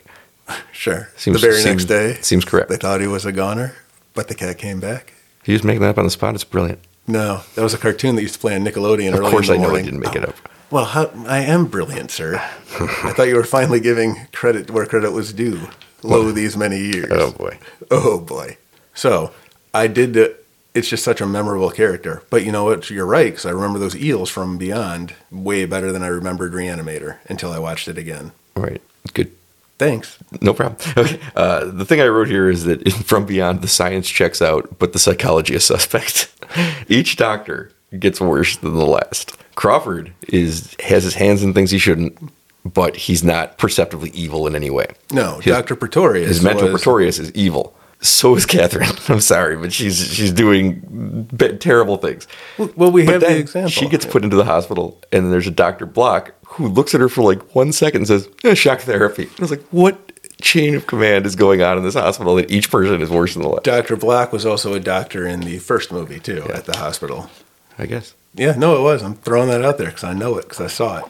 Speaker 2: sure.
Speaker 1: Seems-
Speaker 2: the very
Speaker 1: seems-
Speaker 2: next day,
Speaker 1: seems correct.
Speaker 2: They thought he was a goner, but the cat came back.
Speaker 1: He was making that up on the spot. It's brilliant.
Speaker 2: No, that was a cartoon that used to play on Nickelodeon.
Speaker 1: Of
Speaker 2: early
Speaker 1: course, I
Speaker 2: in the
Speaker 1: know I
Speaker 2: morning.
Speaker 1: didn't make it up.
Speaker 2: Well, how, I am brilliant, sir. I thought you were finally giving credit where credit was due. Lo, these many years.
Speaker 1: Oh boy.
Speaker 2: Oh boy. So I did. The, it's just such a memorable character. But you know what? You're right because I remember those eels from Beyond way better than I remembered Reanimator until I watched it again.
Speaker 1: All right. Good.
Speaker 2: Thanks.
Speaker 1: No problem. [laughs] Okay. Uh, the thing I wrote here is that [laughs] from beyond, the science checks out, but the psychology is [laughs] suspect. Each doctor gets worse than the last. Crawford is has his hands in things he shouldn't, but he's not perceptibly evil in any way.
Speaker 2: No,
Speaker 1: His-
Speaker 2: Doctor Pretorius.
Speaker 1: His mentor
Speaker 2: was-
Speaker 1: Pretorius is evil. So is Catherine. [laughs] I'm sorry, but she's she's doing b- terrible things.
Speaker 2: Well, well, we
Speaker 1: But
Speaker 2: have the
Speaker 1: then
Speaker 2: example.
Speaker 1: She gets put into the hospital, and then there's a Dr. Block who looks at her for like one second and says, "Eh, shock therapy. And I was like, what chain of command is going on in this hospital that each person is worse than the last?
Speaker 2: Doctor Black was also a doctor in the first movie too at the hospital.
Speaker 1: I guess.
Speaker 2: Yeah, no, it was. I'm throwing that out there because I know it because I saw it.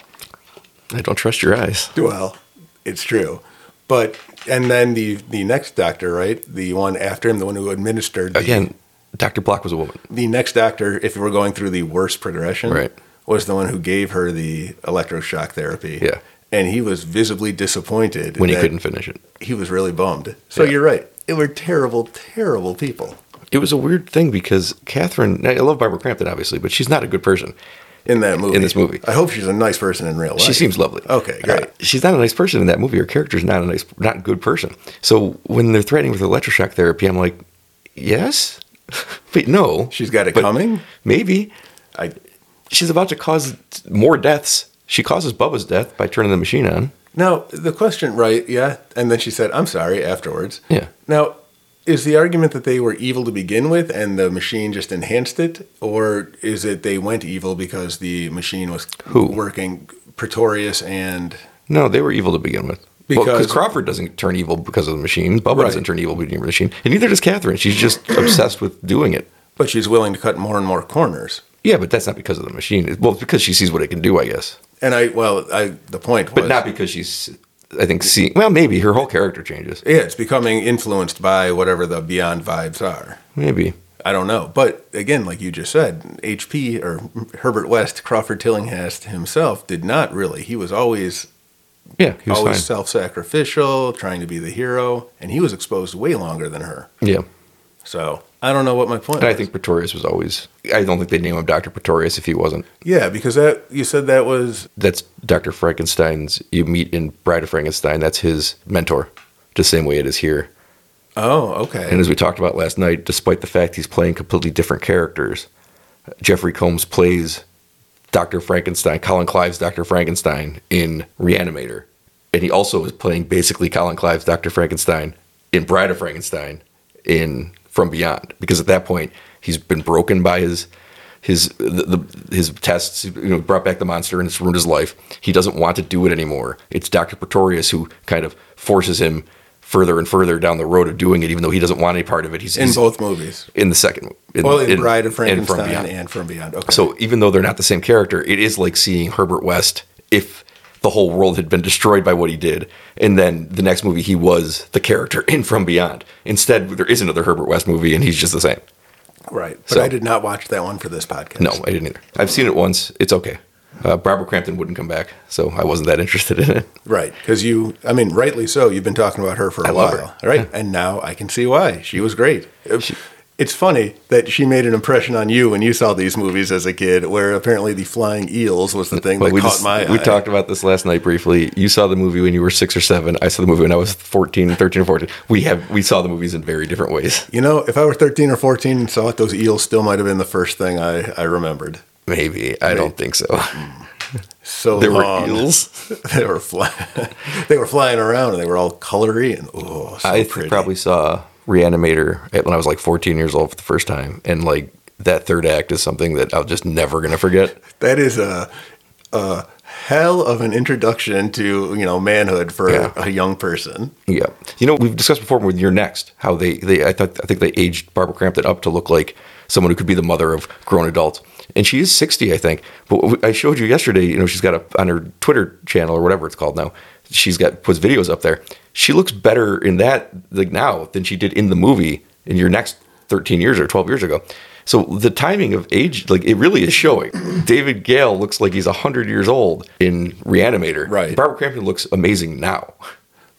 Speaker 1: I don't trust your eyes.
Speaker 2: Well, it's true. But and then the the next doctor, right? The one after him, the one who administered the,
Speaker 1: Again, Dr. Block was a woman.
Speaker 2: the next doctor, if we're going through the worst progression,
Speaker 1: Right.
Speaker 2: was the one who gave her the electroshock therapy.
Speaker 1: Yeah.
Speaker 2: And he was visibly disappointed
Speaker 1: When he
Speaker 2: that
Speaker 1: couldn't finish it.
Speaker 2: He was really bummed. So
Speaker 1: Yeah.
Speaker 2: you're right. They were terrible, terrible people
Speaker 1: It was a weird thing because Catherine, I love Barbara Crampton, obviously, but she's not a good person.
Speaker 2: in that movie.
Speaker 1: this movie.
Speaker 2: I hope she's a nice person in real life.
Speaker 1: She seems lovely.
Speaker 2: Okay, great.
Speaker 1: Uh, she's not a nice person in that movie. Her character's not a nice, not a good person. So when they're threatening with electroshock therapy, I'm like, yes, [laughs] but no.
Speaker 2: She's got it
Speaker 1: But
Speaker 2: coming.
Speaker 1: Maybe
Speaker 2: I
Speaker 1: she's about to cause more deaths. She causes Bubba's death by turning the machine on.
Speaker 2: Now, the question, right? Yeah. And then she said, I'm sorry afterwards.
Speaker 1: Yeah.
Speaker 2: Now, is the argument that they were evil to begin with and the machine just enhanced it? Or is it they went evil because the machine was
Speaker 1: Who?
Speaker 2: working Pretorius and.
Speaker 1: No, they were evil to begin with. Because
Speaker 2: Because-
Speaker 1: Crawford doesn't turn evil because of the machine. Bubba
Speaker 2: Right.
Speaker 1: doesn't turn evil because of the machine, and neither does Catherine. She's
Speaker 2: [clears throat]
Speaker 1: just obsessed with doing it.
Speaker 2: But she's willing to cut more and more corners.
Speaker 1: Yeah, but that's not because of the machine. It- Well, it's because she sees what it can do, I guess.
Speaker 2: And I, well, I, the point was.
Speaker 1: But not because she's, I think, seeing. Well, maybe her whole character changes.
Speaker 2: yeah, it's becoming influenced by whatever the Beyond vibes are.
Speaker 1: Maybe.
Speaker 2: I don't know. But again, like you just said, HP or Herbert West, Crawford Tillinghast himself did not really. He was always
Speaker 1: Yeah, he was
Speaker 2: always
Speaker 1: fine.
Speaker 2: self-sacrificial, trying to be the hero, and he was exposed way longer than her.
Speaker 1: Yeah.
Speaker 2: So I don't know what my point.
Speaker 1: And I
Speaker 2: was.
Speaker 1: think Pretorius was always. I don't think they'd name him Dr. Pretorius if he wasn't.
Speaker 2: yeah, because that you said that was
Speaker 1: That's Dr. Frankenstein's. You meet in Bride of Frankenstein. That's his mentor, the same way it is here.
Speaker 2: oh okay.
Speaker 1: And as we talked about last night, despite the fact he's playing completely different characters, Jeffrey Combs plays Dr. Frankenstein, Colin Clive's Dr. Frankenstein in Reanimator. And he also is playing basically Colin Clive's Dr. Frankenstein in Bride of Frankenstein in From Beyond. Because at that point, he's been broken by his his the, the, his tests you know brought back the monster and it's ruined his life he doesn't want to do it anymore it's dr pretorius who kind of forces him further and further down the road of doing it even though he doesn't want any part of it he's
Speaker 2: in
Speaker 1: he's-
Speaker 2: both movies,
Speaker 1: in the second in,
Speaker 2: well, in, Bride
Speaker 1: and
Speaker 2: of
Speaker 1: From
Speaker 2: Frankenstein and
Speaker 1: Beyond.
Speaker 2: From Beyond. Okay.
Speaker 1: So even though they're not the same character, it is like seeing Herbert West if the whole world had been destroyed by what he did, and then the next movie he was the character in From Beyond. Instead, there is another Herbert West movie, and he's just the same.
Speaker 2: right, but
Speaker 1: so-
Speaker 2: I did not watch that one for this podcast.
Speaker 1: No, I didn't either. I've seen it once. It's okay. Uh, Barbara Crampton wouldn't come back, so I wasn't that interested in it.
Speaker 2: right, because you, I mean, rightly so. You've been talking about her for a
Speaker 1: I
Speaker 2: while,
Speaker 1: love her.
Speaker 2: right? And now I can see why she was great. It, It's funny that she made an impression on you when you saw these movies as a kid, where apparently the flying eels was the thing
Speaker 1: But
Speaker 2: that
Speaker 1: we
Speaker 2: caught
Speaker 1: just-
Speaker 2: my eye.
Speaker 1: we talked about this last night briefly. You saw the movie when you were six or seven. I saw the movie when I was 14, 13 or 14. We have we saw the movies in very different ways.
Speaker 2: You know, if I were 13 or 14 and saw it, those eels still might have been the first thing I, I remembered.
Speaker 1: Maybe I don't think so.
Speaker 2: So
Speaker 1: There were
Speaker 2: long.
Speaker 1: eels.
Speaker 2: [laughs] They were flying. they were flying around, and they were all colory and oh, so
Speaker 1: I th-
Speaker 2: pretty.
Speaker 1: probably saw Reanimator at- when I was like 14 years old for the first time, and like that third act is something that I'm just never gonna forget.
Speaker 2: that is a, a hell of an introduction to you know manhood for
Speaker 1: Yeah.
Speaker 2: a young person.
Speaker 1: Yeah, you know we've discussed before with your next how they they I, thought I think they aged Barbara Crampton up to look like someone who could be the mother of grown adults, and she is sixty, I think. But w- I showed you yesterday, you know, she's got a on her Twitter channel or whatever it's called now. She's got puts videos up there. She looks better in that like now than she did in the movie in your next thirteen years or twelve years ago. So the timing of age, like it really is showing. David Gale looks like he's hundred years old in Reanimator.
Speaker 2: Right.
Speaker 1: Barbara Crampton looks amazing now.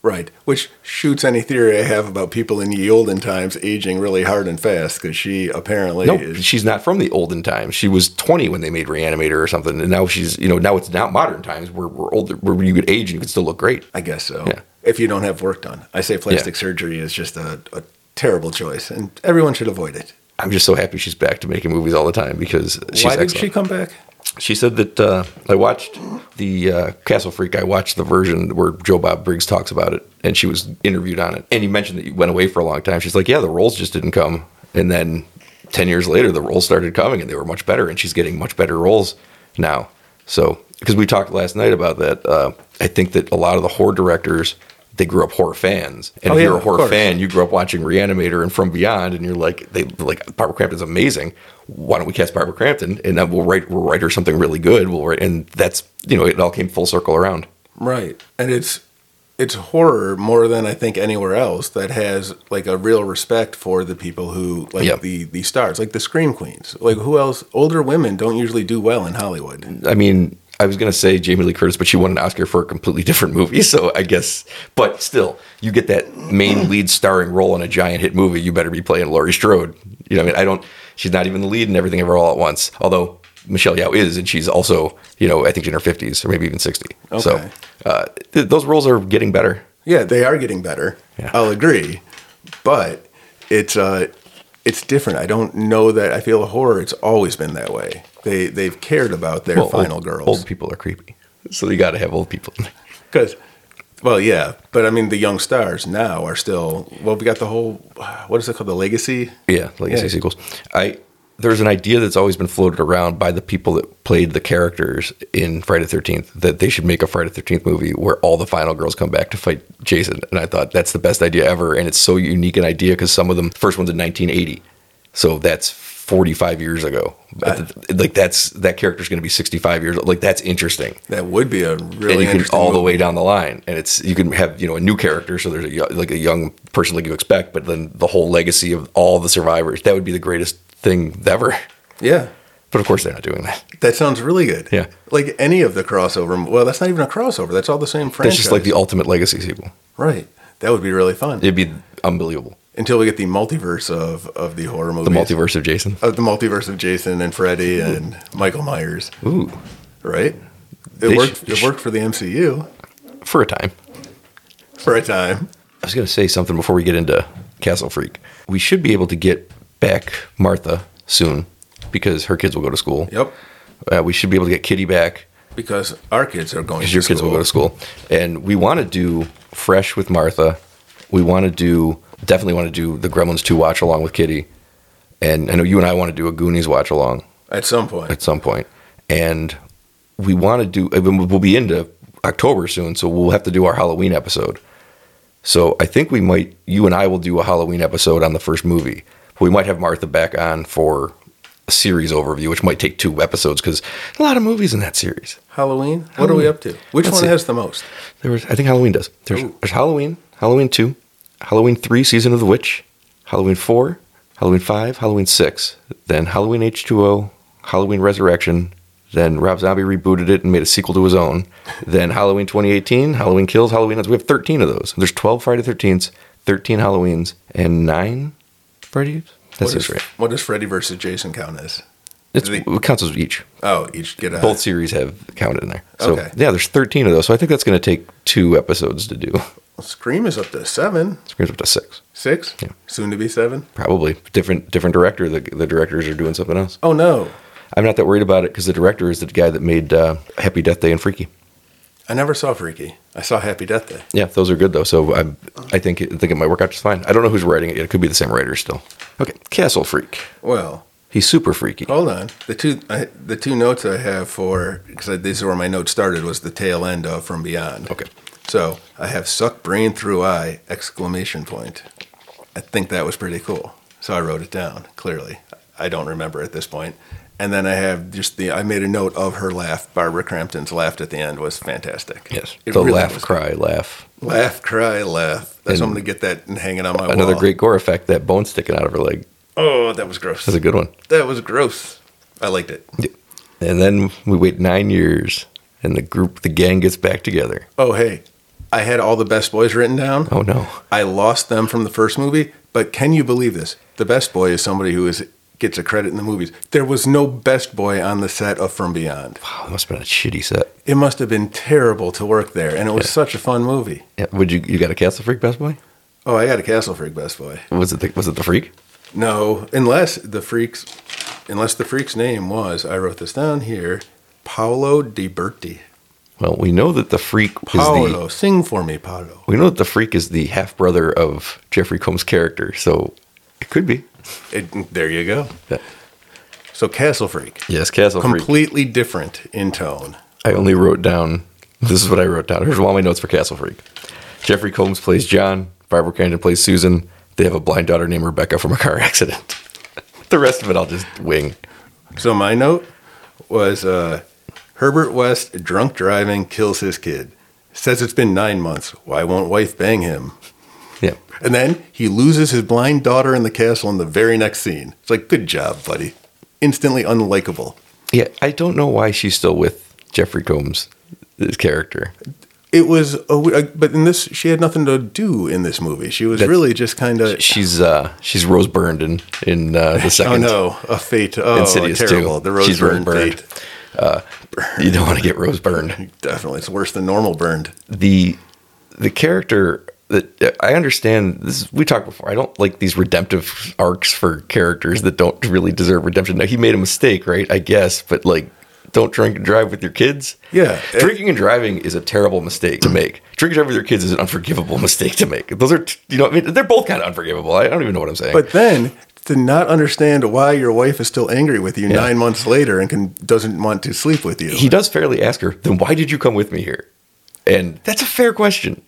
Speaker 2: Right, which shoots any theory I have about people in ye olden times aging really hard and fast because she apparently
Speaker 1: No,
Speaker 2: is.
Speaker 1: she's not from the olden times. She was 20 when they made Reanimator or something, and now she's you know now it's now modern times where we're older, where you could age and you could still look great.
Speaker 2: I guess so.
Speaker 1: Yeah.
Speaker 2: If you don't have work done, I say plastic surgery is just a, a terrible choice, and everyone should avoid it.
Speaker 1: I'm just so happy she's back to making movies all the time because she's
Speaker 2: Why did she
Speaker 1: excellent.
Speaker 2: come back?
Speaker 1: She-, said that uh, I watched the uh, Castle Freak. I watched the version where Joe Bob Briggs talks about it, and she was interviewed on it. And you mentioned that you went away for a long time. She's like, yeah, the roles just didn't come, and then 10 years later, the roles started coming, and they were much better, and she's getting much better roles now. So, because we talked last night about that, uh, I think that a lot of the horror directors they grew up horror fans, and
Speaker 2: Oh,
Speaker 1: if
Speaker 2: yeah,
Speaker 1: you're a
Speaker 2: of
Speaker 1: horror
Speaker 2: course.
Speaker 1: fan, you grew up watching Reanimator and From Beyond, and you're like, they like Barbara Crampton's amazing. Why don't we cast Barbara Crampton, and then we'll write we'll write her something really good. We'll write, and that's you know it all came full circle around.
Speaker 2: Right. And it's it's horror more than I think anywhere else that has like a real respect for the people who like
Speaker 1: Yep.
Speaker 2: the the stars, like the scream queens. Like who else? Older women don't usually do well in Hollywood.
Speaker 1: I mean, I was gonna say Jamie Lee Curtis, but she won an Oscar for a completely different movie, so I guess. But still, you get that main lead starring role in a giant hit movie. You better be playing Laurie Strode. You know, what I mean, I don't. She's not even the lead in everything ever all at once. Although Michelle Yao is, and she's also, you know, I think in her fifties or maybe even sixty. So
Speaker 2: Okay.
Speaker 1: uh, th- those roles are getting better.
Speaker 2: Yeah, they are getting better.
Speaker 1: Yeah.
Speaker 2: I'll agree. But it's uh it's different. I don't know that I feel horror it's always been that way. They they've cared about their
Speaker 1: Well, oh,
Speaker 2: final
Speaker 1: old,
Speaker 2: girls.
Speaker 1: Old people are creepy, so you got to have old people.
Speaker 2: Because, well, yeah, but I mean, the young stars now are still. Well, we got the whole. What is it called? The legacy.
Speaker 1: Yeah, legacy
Speaker 2: Yeah.
Speaker 1: sequels. I there's an idea that's always been floated around by the people that played the characters in Friday the Thirteenth that they should make a Friday the Thirteenth movie where all the final girls come back to fight Jason. And I thought that's the best idea ever, and it's so unique an idea because some of them first one's in 1980, so that's 45 years ago. like that's that character's going to be 65 years. old. Like that's interesting
Speaker 2: That would be a really
Speaker 1: and you can
Speaker 2: interesting
Speaker 1: all the
Speaker 2: movie.
Speaker 1: way down the line, and it's you can have you know a new character, so there's a, yo- like a young person like you expect, but then the whole legacy of all the survivors that would be the greatest thing ever. [laughs]
Speaker 2: Yeah,
Speaker 1: But of course, they're not doing that.
Speaker 2: that sounds really good.
Speaker 1: Yeah.
Speaker 2: like any of the crossover. Well, that's not even a crossover. That's all the same franchise.
Speaker 1: That's just like the ultimate legacy sequel.
Speaker 2: right. That would be really fun
Speaker 1: It'd be unbelievable.
Speaker 2: until we get the multiverse of of the horror movies.
Speaker 1: The multiverse of Jason.
Speaker 2: of uh, the multiverse of Jason and Freddy and Michael Myers.
Speaker 1: Ooh,
Speaker 2: Right.
Speaker 1: They
Speaker 2: It worked.
Speaker 1: should-
Speaker 2: It worked for the MCU
Speaker 1: for a time.
Speaker 2: for a time.
Speaker 1: I was going to say something before we get into Castle Freak. We should be able to get back Martha soon because her kids will go to school.
Speaker 2: Yep.
Speaker 1: Uh, we should be able to get Kitty back.
Speaker 2: Because our kids are going.
Speaker 1: because
Speaker 2: to
Speaker 1: your kids will go to school. And we want to do Fresh with Martha. We want to do definitely want to do the Gremlins two watch along with Kitty. And I know you and I want to do a Goonies watch along
Speaker 2: at some point.
Speaker 1: at some point. And we want to do. I mean, We'll be into October soon, so we'll have to do our Halloween episode. So I think we might. You and I will do a Halloween episode on the first movie. We might have Martha back on for a series overview, which might take two episodes because a lot of movies in that series.
Speaker 2: Halloween? What are we up to? Which
Speaker 1: That's
Speaker 2: one
Speaker 1: it.
Speaker 2: has the most?
Speaker 1: There was, I think Halloween does. There's,
Speaker 2: Ooh.
Speaker 1: there's Halloween, Halloween two, Halloween three, season of the witch, Halloween four, Halloween five, Halloween six, then Halloween H two O, Halloween Resurrection, then Rob Zombie rebooted it and made a sequel to his
Speaker 2: [laughs]
Speaker 1: own, then Halloween 2018, Halloween Kills, Halloween Ends. We have 13 of those. There's 12 Friday 13s, 13 Halloweens, and nine Fridays. That
Speaker 2: What
Speaker 1: seems
Speaker 2: does,
Speaker 1: right.
Speaker 2: what does Freddy versus Jason count as?
Speaker 1: It's,
Speaker 2: they-
Speaker 1: it counts as each.
Speaker 2: Oh, each get a
Speaker 1: Both series have counted in there. So
Speaker 2: Okay.
Speaker 1: yeah, there's 13 of those. So I think that's going to take two episodes to do. [laughs]
Speaker 2: Scream is up to seven,
Speaker 1: Screams up to six,
Speaker 2: six,
Speaker 1: Yeah.
Speaker 2: soon to be seven.
Speaker 1: probably. Different different director. The, the directors are doing something else.
Speaker 2: Oh no,
Speaker 1: I'm not that worried about it because the director is the guy that made uh, Happy Death Day and Freaky.
Speaker 2: I never saw Freaky. I saw Happy Death Day.
Speaker 1: Yeah, those are good though. So I'm, I think I think it might work out just fine. I don't know who's writing it yet. It could be the same writer still. Okay, Castle Freak.
Speaker 2: Well,
Speaker 1: He's super freaky.
Speaker 2: hold on. The two I, the two notes I have for because these are where my note started was the tail end of From Beyond.
Speaker 1: Okay.
Speaker 2: So I have suck brain through eye exclamation point. I think that was pretty cool. So I wrote it down. Clearly, I don't remember at this point. And then I have just the I made a note of her laugh. Barbara Crampton's laugh at the end was fantastic.
Speaker 1: Yes,
Speaker 2: It
Speaker 1: the
Speaker 2: really
Speaker 1: laugh,
Speaker 2: was.
Speaker 1: cry, laugh.
Speaker 2: laugh, cry, laugh. That's
Speaker 1: And-
Speaker 2: I'm gonna get that and hang it on my wall.
Speaker 1: Another great gore effect. That bone sticking out of her leg.
Speaker 2: Oh, that was gross.
Speaker 1: That's a good one.
Speaker 2: That was gross. I liked it.
Speaker 1: And then we wait nine years, and the group, the gang, gets back together.
Speaker 2: Oh, hey, I had all the best boys written down.
Speaker 1: Oh no!
Speaker 2: I lost them from the first movie, but can you believe this? The best boy is somebody who is gets a credit in the movies. There was no best boy on the set of From Beyond.
Speaker 1: Wow, that must have Oh, been a shitty set.
Speaker 2: It must have been terrible to work there, and it was such a fun movie.
Speaker 1: Yeah, would you you got a Castle Freak best boy?
Speaker 2: Oh, I got a Castle Freak best boy.
Speaker 1: Was it the, was it the freak?
Speaker 2: No, unless the freaks, unless the freak's name was I wrote this down here, Paolo DiBerti.
Speaker 1: Well, we know that the freak is the
Speaker 2: Paolo, sing for me, Paolo.
Speaker 1: we know that the freak is the half brother of Jeffrey Combs' character. So it could be.
Speaker 2: It, there you go.
Speaker 1: Yeah.
Speaker 2: So Castle Freak.
Speaker 1: Yes, Castle Freak.
Speaker 2: completely different in tone.
Speaker 1: I only wrote down. This is what I wrote down. Here's all my notes for Castle Freak. Jeffrey Combs plays John. Barbara Crampton plays Susan. They have a blind daughter named Rebecca from a car [laughs] accident. the rest of it, I'll just wing.
Speaker 2: So my note was uh, Herbert West drunk driving kills his kid. Says it's been nine months. Why won't wife bang him?
Speaker 1: Yeah,
Speaker 2: And then he loses his blind daughter in the castle in the very next scene. It's like, good job, buddy. Instantly unlikable.
Speaker 1: yeah. I don't know why she's still with Jeffrey Combs, his character.
Speaker 2: It was, a, w- but in this, she had nothing to do in this movie. She was
Speaker 1: That's-
Speaker 2: really just kind of,
Speaker 1: She's uh, she's Rose burned in in uh, the
Speaker 2: [laughs] oh
Speaker 1: second.
Speaker 2: no, a fate. Oh,
Speaker 1: Insidious
Speaker 2: terrible.
Speaker 1: too.
Speaker 2: The rose
Speaker 1: She's
Speaker 2: burn
Speaker 1: burned.
Speaker 2: fate.
Speaker 1: You don't want to get Rose burned.
Speaker 2: Definitely. It's worse than normal burned.
Speaker 1: the the character that I understand this is- we talked before. I don't like these redemptive arcs for characters that don't really deserve redemption. Now he made a mistake, right? I guess, but like don't drink and drive with your kids.
Speaker 2: Yeah.
Speaker 1: Drinking and driving is a terrible mistake to make. Drinking and driving with your kids is an unforgivable [laughs] mistake to make. Those are, t- you know, I mean, they're both kind of unforgivable. I don't even know what I'm saying.
Speaker 2: But then to not understand why your wife is still angry with you nine months later and can doesn't want to sleep with you.
Speaker 1: he does fairly ask her, then why did you come with me here? And that's a fair question.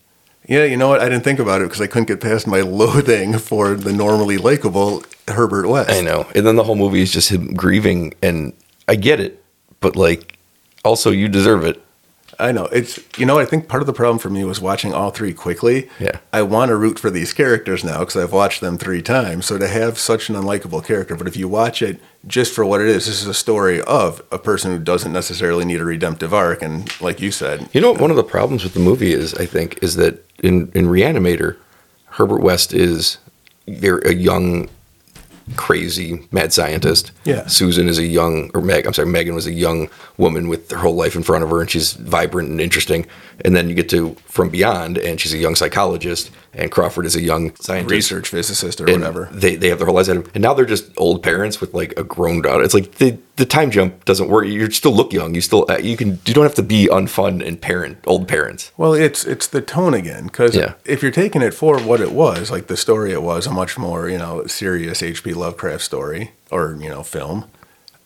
Speaker 2: yeah, you know what? I didn't think about it because I couldn't get past my loathing for the normally likable Herbert West.
Speaker 1: I know. And then the whole movie is just him grieving, and I get it, but like, also you deserve it.
Speaker 2: I know. It's you know. I think part of the problem for me was watching all three quickly.
Speaker 1: Yeah.
Speaker 2: I want to root for these characters now because I've watched them three times. So to have such an unlikable character, but if you watch it just for what it is, this is a story of a person who doesn't necessarily need a redemptive arc. And like you said,
Speaker 1: You know, what one of the problems with the movie is, I think, is that in in Reanimator, Herbert West is very a young, crazy mad scientist.
Speaker 2: Yeah.
Speaker 1: Susan is a young, or Meg. I'm sorry, Megan was a young woman with her whole life in front of her, and she's vibrant and interesting. And then you get to From Beyond, and she's a young psychologist, and Crawford is a young scientist.
Speaker 2: research physicist or
Speaker 1: and
Speaker 2: whatever.
Speaker 1: They, they have their whole lives ahead of them. And now they're just old parents with like a grown daughter. It's like the, the time jump doesn't work. You still look young. You still, uh, you can, you don't have to be unfun and parent, old parents.
Speaker 2: Well, it's it's the tone again because
Speaker 1: Yeah.
Speaker 2: if you're taking it for what it was, like the story it was, a much more you know serious H.P. Lovecraft story or you know film.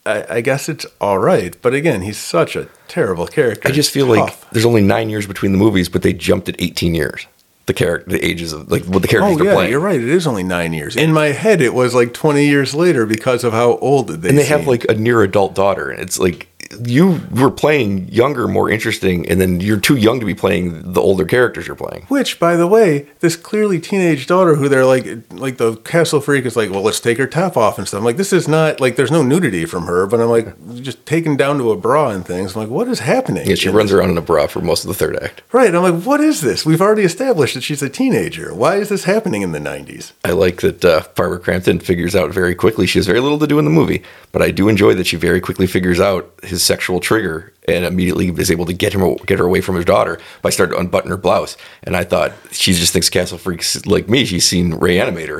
Speaker 2: I, I guess it's all right, but again, he's such a terrible character.
Speaker 1: I just feel
Speaker 2: Tough.
Speaker 1: like there's only nine years between the movies, but they jumped at 18 years. The character, the ages of like what the characters
Speaker 2: Oh
Speaker 1: are
Speaker 2: yeah,
Speaker 1: playing.
Speaker 2: you're right. It is only nine years. In my head, it was like twenty years later because of how old they.
Speaker 1: And they have
Speaker 2: seemed.
Speaker 1: like a near adult daughter. And it's like, you were playing younger, more interesting, and then you're too young to be playing the older characters you're playing.
Speaker 2: Which, by the way, this clearly teenage daughter who they're like, like the castle freak is like, well, let's take her top off and stuff. I'm like, this is not like there's no nudity from her, but I'm like, just taken down to a bra and things. I'm like, what is happening?
Speaker 1: Yeah, she
Speaker 2: in
Speaker 1: runs
Speaker 2: this?
Speaker 1: around in a bra for most of the third act.
Speaker 2: Right. I'm like, what is this? We've already established that she's a teenager. Why is this happening in the 90s?
Speaker 1: I like that uh, Barbara Crampton figures out very quickly. She has very little to do in the movie, but I do enjoy that she very quickly figures out his sexual trigger and immediately is able to get him get her away from his daughter by starting to unbutton her blouse. And I thought she just thinks Castle Freaks like me. She's seen Ray Animator,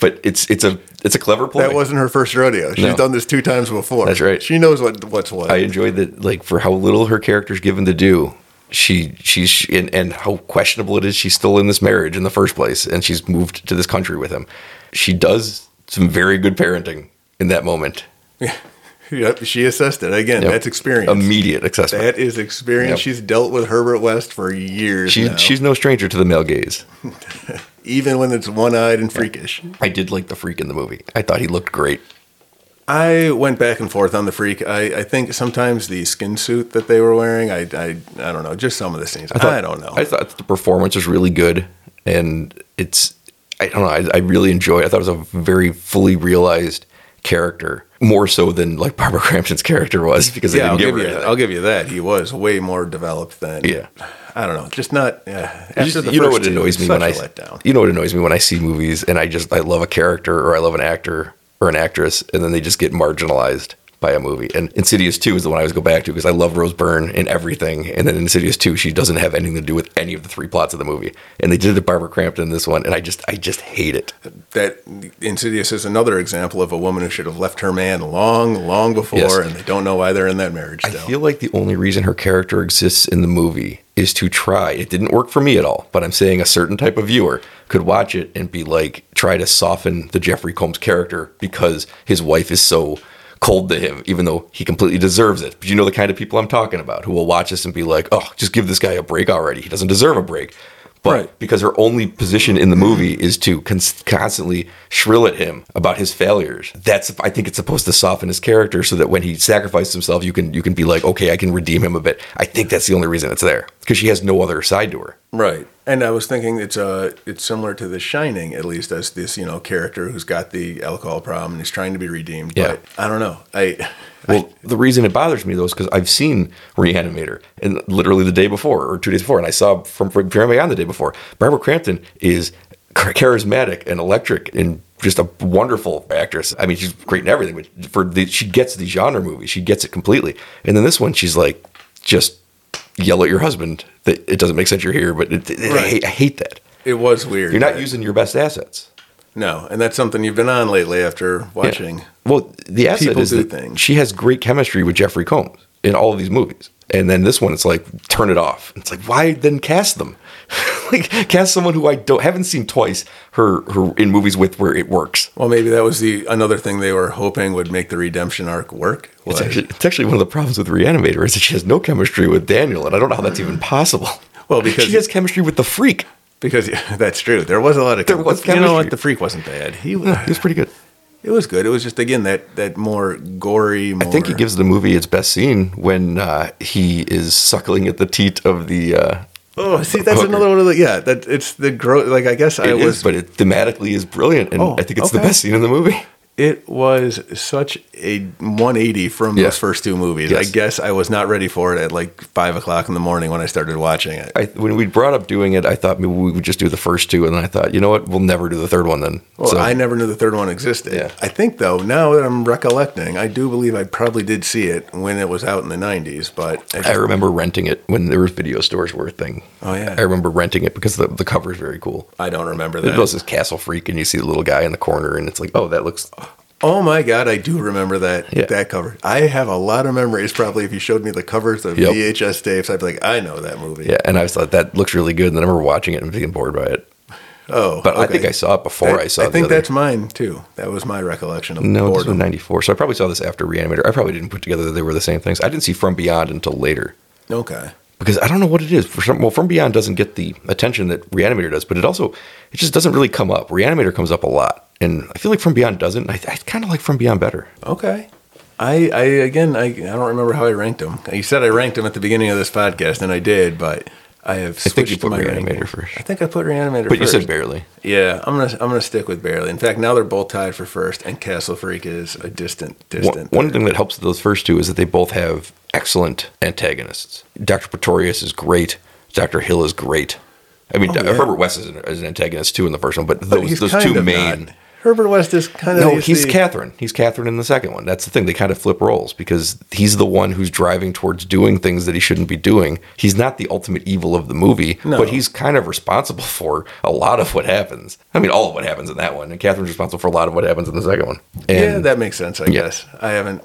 Speaker 1: [laughs] but it's it's a it's a clever play.
Speaker 2: That wasn't her first rodeo. She's
Speaker 1: No.
Speaker 2: done this two times before.
Speaker 1: That's right.
Speaker 2: She knows what what's what.
Speaker 1: I enjoyed that, like for how little her character's given to do. She she's and, and how questionable it is she's still in this marriage in the first place, and she's moved to this country with him. She does some very good parenting in that moment.
Speaker 2: yep, she assessed it. Again,
Speaker 1: Yep.
Speaker 2: that's experience.
Speaker 1: Immediate assessment.
Speaker 2: that is experience.
Speaker 1: Yep.
Speaker 2: She's dealt with Herbert West for years.
Speaker 1: She,
Speaker 2: now,
Speaker 1: She's no stranger to the male gaze.
Speaker 2: even when it's one eyed and freakish.
Speaker 1: I did like the freak in the movie. I thought he looked great.
Speaker 2: I went back and forth on the freak. I, I think sometimes the skin suit that they were wearing, I, I, I don't know, just some of the scenes. I,
Speaker 1: thought-
Speaker 2: don't know.
Speaker 1: I thought the performance was really good, and it's I don't know. I, I really enjoyed. It. I thought it was a very fully realized character, more so than like Barbara [laughs] Crampton's character was because they
Speaker 2: yeah, I'll
Speaker 1: didn't
Speaker 2: give,
Speaker 1: give
Speaker 2: you,
Speaker 1: her. anything.
Speaker 2: I'll give you that. He was way more developed than.
Speaker 1: Yeah.
Speaker 2: I don't know. Just not. Uh, after
Speaker 1: You,
Speaker 2: the
Speaker 1: you know
Speaker 2: first
Speaker 1: what
Speaker 2: two,
Speaker 1: annoys me
Speaker 2: such
Speaker 1: when I
Speaker 2: a letdown.
Speaker 1: you know what annoys me when I see movies and I just I love a character or I love an actor or an actress and then they just get marginalized by a movie. And Insidious Two is the one I always go back to because I love Rose Byrne and everything. And then in Insidious Two, she doesn't have anything to do with any of the three plots of the movie. And they did it to Barbara Crampton in this one, and I just I just hate it.
Speaker 2: That Insidious is another example of a woman who should have left her man long, long before,
Speaker 1: Yes.
Speaker 2: and they don't know why they're in that marriage.
Speaker 1: I
Speaker 2: still.
Speaker 1: feel like the only reason her character exists in the movie is to try. It didn't work for me at all, but I'm saying a certain type of viewer could watch it and be like, try to soften the Jeffrey Combs character because his wife is so cold to him, even though he completely deserves it. But you know the kind of people I'm talking about who will watch this and be like, oh, just give this guy a break already. He doesn't deserve a break. But
Speaker 2: Right.
Speaker 1: because her only position in the movie is to cons- constantly shrill at him about his failures. That's I think it's supposed to soften his character so that when he sacrifices himself, you can you can be like, okay, I can redeem him a bit. I think that's the only reason it's there because she has no other side to her.
Speaker 2: Right. And I was thinking it's uh it's similar to The Shining at least as this you know character who's got the alcohol problem and is trying to be redeemed.
Speaker 1: Yeah.
Speaker 2: But I don't know. I
Speaker 1: Well, the reason it bothers me though is because I've seen Reanimator and literally the day before or two days before, and I saw from from Jeremy on the day before. Barbara Crampton is char- charismatic and electric and just a wonderful actress. I mean, she's great in everything, but for the, she gets the genre movie, she gets it completely. And then this one, she's like, just yell at your husband that it doesn't make sense you're here, but it, it- I,
Speaker 2: Right.
Speaker 1: hate, I hate that.
Speaker 2: it was weird.
Speaker 1: You're not
Speaker 2: but-
Speaker 1: using your best assets.
Speaker 2: No, and that's something you've been on lately after
Speaker 1: Yeah.
Speaker 2: watching.
Speaker 1: Well, the asset
Speaker 2: People
Speaker 1: is
Speaker 2: do
Speaker 1: that
Speaker 2: things.
Speaker 1: she has great chemistry with Jeffrey Combs in all of these movies, and then this one, it's like turn it off. It's like why then cast them? [laughs] like cast someone who I don't haven't seen twice. Her her in movies with where it works.
Speaker 2: Well, maybe that was the another thing they were hoping would make the redemption arc work.
Speaker 1: It's
Speaker 2: was-
Speaker 1: actually, it's actually one of the problems with Reanimator is that she has no chemistry with Daniel, and I don't know how that's even possible.
Speaker 2: Well, because-
Speaker 1: she has chemistry with the freak.
Speaker 2: because [laughs] yeah, that's true. There was a lot of
Speaker 1: There was
Speaker 2: you know
Speaker 1: chemistry.
Speaker 2: what the freak wasn't bad. He was
Speaker 1: It's pretty
Speaker 2: [sighs]
Speaker 1: good.
Speaker 2: it was good. It was just again that that more gory. More,
Speaker 1: I think he gives the movie its best scene when uh, he is suckling at the teat of the uh,
Speaker 2: Oh, see, that's another one of the yeah. That it's the gross. Like I guess I
Speaker 1: It is,
Speaker 2: was
Speaker 1: but it thematically is brilliant, and
Speaker 2: Oh,
Speaker 1: I think it's the
Speaker 2: okay.
Speaker 1: best scene in the movie. [laughs]
Speaker 2: It was such a 180 from
Speaker 1: Yeah.
Speaker 2: those first two movies. I
Speaker 1: Yes.
Speaker 2: guess I was not ready for it at like five o'clock in the morning when I started watching it.
Speaker 1: I, when we brought up doing it, I thought maybe we would just do the first two, and then I thought, you know what, we'll never do the third one then.
Speaker 2: Well,
Speaker 1: so
Speaker 2: I never knew the third one existed.
Speaker 1: Yeah.
Speaker 2: I think though, now that I'm recollecting, I do believe I probably did see it when it was out in the 90s. But I just-
Speaker 1: I remember renting it when there were video stores were a thing.
Speaker 2: Oh, yeah.
Speaker 1: I remember renting it because the, the cover is very cool.
Speaker 2: I don't remember
Speaker 1: It was
Speaker 2: that.
Speaker 1: this castle freak, and you see the little guy in the corner, and it's like, oh, that looks.
Speaker 2: Oh my god, I do remember that
Speaker 1: Yeah.
Speaker 2: that cover. I have a lot of memories. Probably if you showed me the covers of
Speaker 1: Yep.
Speaker 2: VHS tapes, I'd be like, I know that movie.
Speaker 1: Yeah, and I thought that looks really good, and then I remember watching it and being bored by it.
Speaker 2: Oh,
Speaker 1: But I
Speaker 2: okay.
Speaker 1: think I saw it before
Speaker 2: That-
Speaker 1: I saw.
Speaker 2: I
Speaker 1: the
Speaker 2: think
Speaker 1: other-
Speaker 2: that's mine too. That was my recollection of
Speaker 1: No, this was
Speaker 2: boredom.
Speaker 1: '94, so I probably saw this after Reanimator. I probably didn't put together that they were the same things. I didn't see From Beyond until later.
Speaker 2: Okay.
Speaker 1: because I don't know what it is. For some, well, From Beyond doesn't get the attention that Reanimator does, but it also it just doesn't really come up. Reanimator comes up a lot, and I feel like From Beyond doesn't. and I, I kind of like From Beyond better.
Speaker 2: Okay. I, I again, I, I don't remember how I ranked them. You said I ranked them at the beginning of this podcast, and I did, but I have
Speaker 1: I
Speaker 2: switched
Speaker 1: think you put
Speaker 2: my
Speaker 1: Reanimator
Speaker 2: ranking.
Speaker 1: first.
Speaker 2: I think I put Reanimator
Speaker 1: But you
Speaker 2: first.
Speaker 1: said barely.
Speaker 2: Yeah, I'm gonna I'm gonna stick with barely. In fact, now they're both tied for first, and Castle Freak is a distant
Speaker 1: One,
Speaker 2: distant.
Speaker 1: one
Speaker 2: third.
Speaker 1: thing that helps those first two is that they both have excellent antagonists. Dr. Pretorius is great. Dr. Hill is great. I mean,
Speaker 2: Oh,
Speaker 1: Do-
Speaker 2: yeah.
Speaker 1: Herbert West is an, is an antagonist too in the first one, but those,
Speaker 2: He's
Speaker 1: those
Speaker 2: kind
Speaker 1: two
Speaker 2: of
Speaker 1: main.
Speaker 2: not. Herbert West is kind of
Speaker 1: No,
Speaker 2: is
Speaker 1: he's
Speaker 2: the-
Speaker 1: Catherine. He's Catherine in the second one. That's the thing. They kind of flip roles because he's the one who's driving towards doing things that he shouldn't be doing. He's not the ultimate evil of the movie,
Speaker 2: No.
Speaker 1: but he's kind of responsible [laughs] for a lot of what happens. I mean, all of what happens in that one, and Catherine's responsible for a lot of what happens in the second one. And
Speaker 2: yeah, that makes sense. I
Speaker 1: Yeah.
Speaker 2: guess I haven't,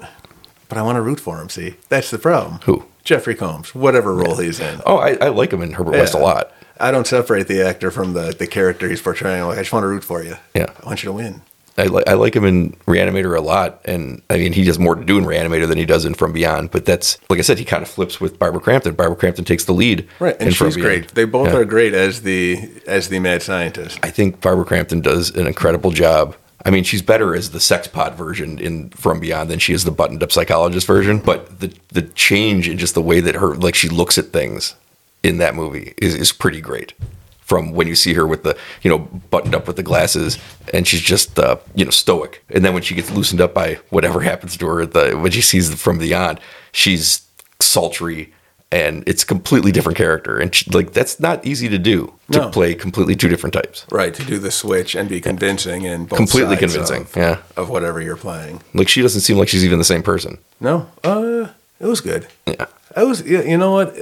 Speaker 2: but I want to root for him. See, that's the problem.
Speaker 1: Who?
Speaker 2: Jeffrey Combs, whatever role he's in.
Speaker 1: oh, I, I like him in Herbert West a
Speaker 2: Yeah.
Speaker 1: lot.
Speaker 2: I don't separate the actor from the, the character he's portraying. Like, I just want to root for you.
Speaker 1: Yeah.
Speaker 2: I want you to win.
Speaker 1: I, li- I like him in Reanimator a lot, and I mean he does more to do in Reanimator than he does in From Beyond. But that's like I said, he kind of flips with Barbara Crampton. Barbara Crampton takes the lead,
Speaker 2: Right, and
Speaker 1: in From
Speaker 2: she's
Speaker 1: Beyond.
Speaker 2: great. They both
Speaker 1: Yeah.
Speaker 2: are great as the as the mad scientist.
Speaker 1: I think Barbara Crampton does an incredible job. I mean, she's better as the sex pod version in From Beyond than she is the buttoned up psychologist version. But the the change in just the way that her like she looks at things in that movie is is pretty great. From when you see her with the you know buttoned up with the glasses and she's just uh, you know stoic, and then when she gets loosened up by whatever happens to her, at the when she sees From Beyond, she's sultry and it's a completely different character. And she, like that's not easy to do to
Speaker 2: No.
Speaker 1: play completely two different types.
Speaker 2: Right, to do the switch and be convincing and both
Speaker 1: Completely
Speaker 2: sides
Speaker 1: convincing,
Speaker 2: Of,
Speaker 1: yeah.
Speaker 2: of whatever you're playing.
Speaker 1: Like she doesn't seem like she's even the same person.
Speaker 2: No, uh, it was good.
Speaker 1: Yeah.
Speaker 2: I was, you you know what,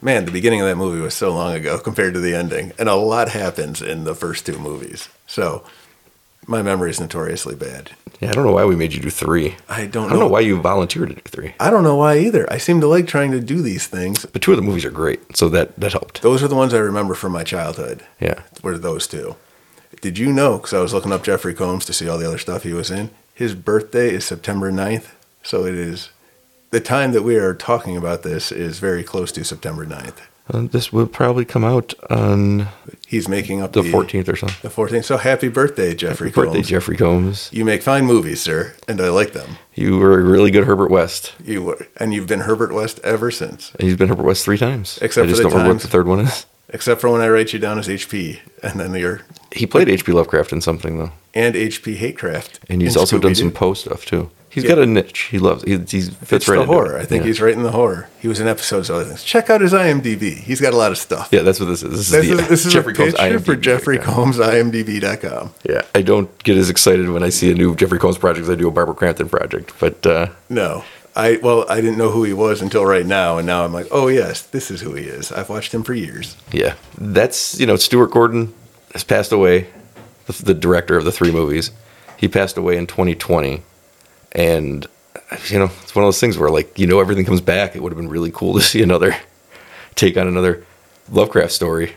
Speaker 2: man. The beginning of that movie was so long ago [laughs] compared to the ending, and a lot happens in the first two movies. So my memory is notoriously bad.
Speaker 1: Yeah, I don't know why we made you do three.
Speaker 2: I don't
Speaker 1: I don't
Speaker 2: know.
Speaker 1: know why you volunteered to do three.
Speaker 2: I don't know why either. I seem to like trying to do these things.
Speaker 1: But two of the movies are great, so that that helped.
Speaker 2: Those are the ones I remember from my childhood.
Speaker 1: Yeah.
Speaker 2: Were those two? Did you know? Because I was looking up Jeffrey Combs to see all the other stuff he was in. His birthday is September 9th, so it is the time that we are talking about this is very close to September 9th.
Speaker 1: Uh, this will probably come out on
Speaker 2: He's making up
Speaker 1: the fourteenth or something.
Speaker 2: The 14th. So happy birthday, Jeffrey Combs.
Speaker 1: Birthday, Jeffrey Combs.
Speaker 2: You make fine movies, sir, and I like them.
Speaker 1: You were a really good Herbert West.
Speaker 2: You were, and you've been Herbert West ever since,
Speaker 1: And he's been Herbert West three times.
Speaker 2: Except
Speaker 1: I
Speaker 2: for
Speaker 1: just
Speaker 2: the
Speaker 1: don't remember what
Speaker 2: times-
Speaker 1: the third one is.
Speaker 2: except for when I write you down as HP, and then you're
Speaker 1: He played H.P. Lovecraft in something though,
Speaker 2: and HP Hatecraft.
Speaker 1: and he's
Speaker 2: in
Speaker 1: also done some
Speaker 2: Scooby-Doo.
Speaker 1: Poe stuff too. He's
Speaker 2: Yeah.
Speaker 1: got a niche. He loves. He, he fits
Speaker 2: It's
Speaker 1: right
Speaker 2: the
Speaker 1: into
Speaker 2: horror.
Speaker 1: It.
Speaker 2: I think
Speaker 1: yeah.
Speaker 2: he's right in the horror. He was in episodes of other things. Check out his IMDb. He's got a lot of stuff.
Speaker 1: Yeah, that's what this is. This is,
Speaker 2: This
Speaker 1: the
Speaker 2: is, this is
Speaker 1: Jeffrey
Speaker 2: Jeffrey a
Speaker 1: Combs
Speaker 2: picture for
Speaker 1: IMDb
Speaker 2: Jeffrey
Speaker 1: breakdown.
Speaker 2: Combs IMDb.com.
Speaker 1: Yeah, I don't get as excited when I see a new Jeffrey Combs project as I do a Barbara Crampton project. But uh,
Speaker 2: No, I well, I didn't know who he was until right now, and now I'm like, oh yes, this is who he is. I've watched him for years.
Speaker 1: yeah, that's you know Stuart Gordon has passed away, the, the director of the three movies. He passed away in 2020, and you know it's one of those things where like you know everything comes back. It would have been really cool to see another take on another Lovecraft story.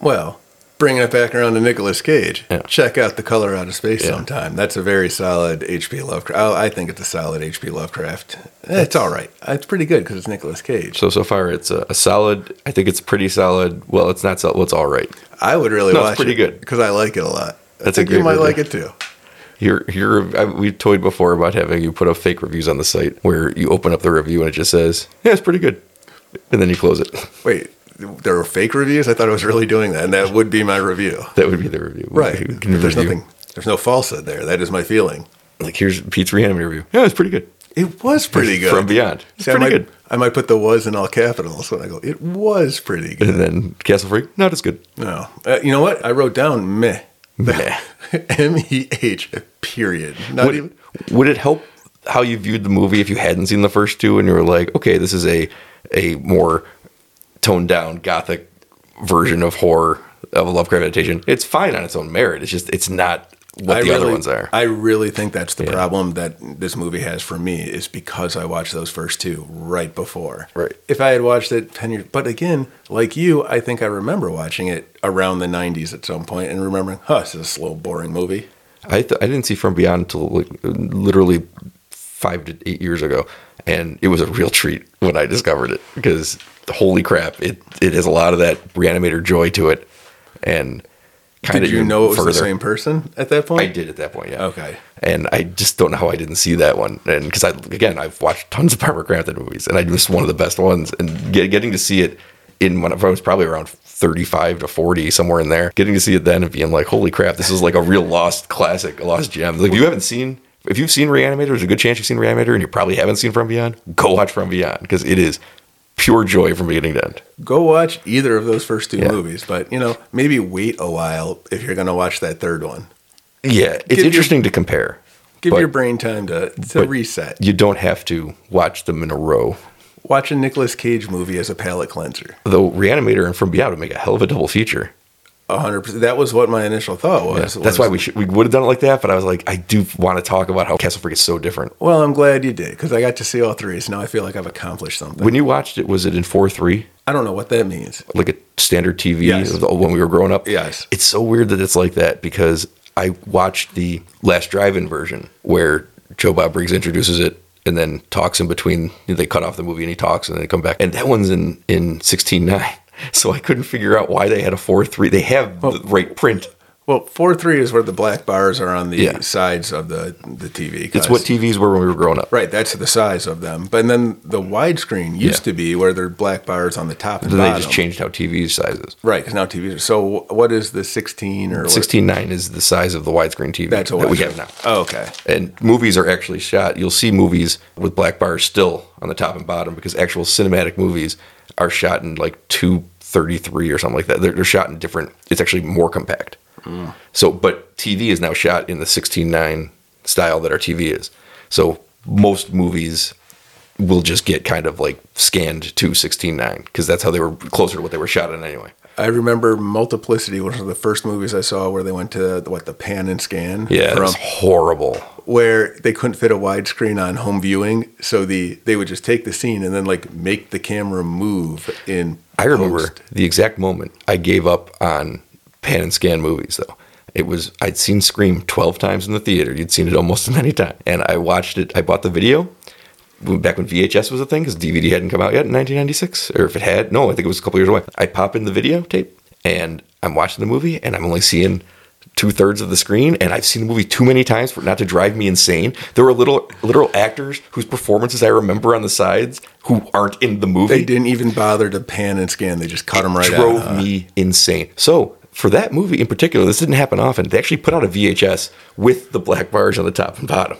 Speaker 2: Well, bringing it back around to Nicolas Cage,
Speaker 1: Yeah.
Speaker 2: check out The Color Out of Space
Speaker 1: Yeah.
Speaker 2: sometime. That's a very solid H.P. Lovecraft. Oh, I, I think it's a solid H.P. Lovecraft. Eh, It's all right. It's pretty good because it's Nicolas Cage.
Speaker 1: So so far it's a, a solid. I think it's pretty solid. Well, it's not solid. Well, it's all right.
Speaker 2: I would really
Speaker 1: No, it's
Speaker 2: watch
Speaker 1: pretty
Speaker 2: it
Speaker 1: good.
Speaker 2: because I like it a lot. I
Speaker 1: That's a
Speaker 2: think you
Speaker 1: great
Speaker 2: might
Speaker 1: movie.
Speaker 2: like it too.
Speaker 1: You're, you're, I, we toyed before about having you put up fake reviews on the site where you open up the review and it just says, yeah, it's pretty good. And then you close it. [laughs]
Speaker 2: Wait, there were fake reviews? I thought I was really doing that, and that would be my review.
Speaker 1: That would be the review.
Speaker 2: Right.
Speaker 1: You can
Speaker 2: There's
Speaker 1: review.
Speaker 2: nothing. There's no falsehood there. That is my feeling.
Speaker 1: Like, here's Pete's reanimator review. Yeah, it's pretty good.
Speaker 2: It was pretty good.
Speaker 1: From Beyond. It's
Speaker 2: See, I
Speaker 1: pretty
Speaker 2: might,
Speaker 1: good.
Speaker 2: I might put the was in all capitals when I go, it was pretty good.
Speaker 1: And then Castle Freak, not as good.
Speaker 2: No. Uh, you know what? I wrote down meh.
Speaker 1: Meh.
Speaker 2: [laughs] M E H, period. Not
Speaker 1: would,
Speaker 2: even.
Speaker 1: would it help how you viewed the movie if you hadn't seen the first two and you were like, okay, this is a a more toned down gothic version of horror of a Lovecraft adaptation? It's fine on its own merit. It's just it's not what
Speaker 2: I
Speaker 1: the other
Speaker 2: really-
Speaker 1: ones are.
Speaker 2: I really think that's the problem that this movie has for me is because I watched those first two right before.
Speaker 1: Right.
Speaker 2: If I had watched it 10 years, but again, like you, I think I remember watching it around the 90s at some point and remembering, huh, this is a slow, boring movie.
Speaker 1: I th- I didn't see From Beyond until like literally five to eight years ago, and it was a real treat when I discovered it because holy crap, it it has a lot of that reanimator joy to it, and kind
Speaker 2: Did
Speaker 1: of
Speaker 2: you know it was the same person at that point?
Speaker 1: I did at that point, yeah.
Speaker 2: Okay.
Speaker 1: And I just don't know how I didn't see that one. And because I, again, I've watched tons of Barbara Crampton movies, and I just one of the best ones. And get, getting to see it in when I was probably around 35 to 40, somewhere in there, getting to see it then and being like, holy crap, this is like a real lost classic, a lost gem. Like, if you haven't seen, if you've seen Reanimator, there's a good chance you've seen Reanimator, and you probably haven't seen From Beyond, go watch From Beyond because it is pure joy from beginning to end.
Speaker 2: Go watch either of those first two
Speaker 1: Yeah.
Speaker 2: movies, but you know, maybe wait a while if you're going to watch that third one.
Speaker 1: Yeah, it's
Speaker 2: Give your-
Speaker 1: interesting to compare.
Speaker 2: Give
Speaker 1: But-
Speaker 2: your brain time to, to
Speaker 1: but-
Speaker 2: reset.
Speaker 1: You don't have to watch them in a row
Speaker 2: Watch a Nicolas Cage movie as a palate cleanser.
Speaker 1: though Reanimator and From Beyond would make a hell of a double feature.
Speaker 2: A 100%. That was what my initial thought
Speaker 1: Yeah.
Speaker 2: was.
Speaker 1: That's,
Speaker 2: was-
Speaker 1: why we should, we would have done it like that. But I was like, I do want to talk about how Castle Freak is so different.
Speaker 2: Well, I'm glad you did because I got to see all three. So now I feel like I've accomplished something.
Speaker 1: When you watched it, was it in four three,
Speaker 2: I don't know what that means.
Speaker 1: like a standard TV
Speaker 2: Yes.
Speaker 1: of the- when we were growing up?
Speaker 2: Yes.
Speaker 1: It's so weird that it's like that because I watched the Last Drive-In version where Joe Bob Briggs introduces it and then talks in between. They cut off the movie and he talks and then they come back. And that one's in in sixteen nine. [laughs] So I couldn't figure out why they had a four three. They have the right print.
Speaker 2: Well, four three is where the black bars are on the
Speaker 1: Yeah.
Speaker 2: sides of the the TV.
Speaker 1: It's
Speaker 2: guys.
Speaker 1: what TVs were when we were growing up.
Speaker 2: right. That's the size of them. But then the widescreen used
Speaker 1: Yeah.
Speaker 2: to be where there are black bars on the top and
Speaker 1: Then
Speaker 2: bottom.
Speaker 1: they just changed how TV sizes.
Speaker 2: Right, because now TVs. Are, so what is the sixteen or what-
Speaker 1: 16.9 is the size of the widescreen TV
Speaker 2: That's a
Speaker 1: that we
Speaker 2: widescreen.
Speaker 1: have now.
Speaker 2: Oh, okay.
Speaker 1: And movies are actually shot. You'll see movies with black bars still on the top and bottom because actual cinematic movies are shot in like 233 or something like that. They're, they're shot in different, it's actually more compact.
Speaker 2: Mm.
Speaker 1: So, but TV is now shot in the 16.9 style that our TV is. So most movies will just get kind of like scanned to 16.9 because that's how they were closer to what they were shot in anyway.
Speaker 2: I remember Multiplicity was one of the first movies I saw where they went to what the pan and scan.
Speaker 1: Yeah, it
Speaker 2: from
Speaker 1: was horrible.
Speaker 2: where they couldn't fit a widescreen on home viewing, so the they would just take the scene and then like make the camera move in.
Speaker 1: I remember
Speaker 2: post.
Speaker 1: the exact moment I gave up on pan and scan movies, though. It was, I'd seen Scream 12 times in the theater. You'd seen it almost [laughs] as many times. And I watched it, I bought the video when- back when VHS was a thing because DVD hadn't come out yet in 1996. Or if it had, no, I think it was a couple years away. I pop in the videotape and I'm watching the movie and I'm only seeing two thirds of the screen, and I've seen the movie too many times for it not to drive me insane. There were little literal actors whose performances I remember on the sides who aren't in the movie.
Speaker 2: They didn't even bother to pan and scan. They just cut them right uh,
Speaker 1: drove
Speaker 2: out.
Speaker 1: me insane. So for that movie in particular, this didn't happen often. They actually put out a VHS with the black bars on the top and bottom.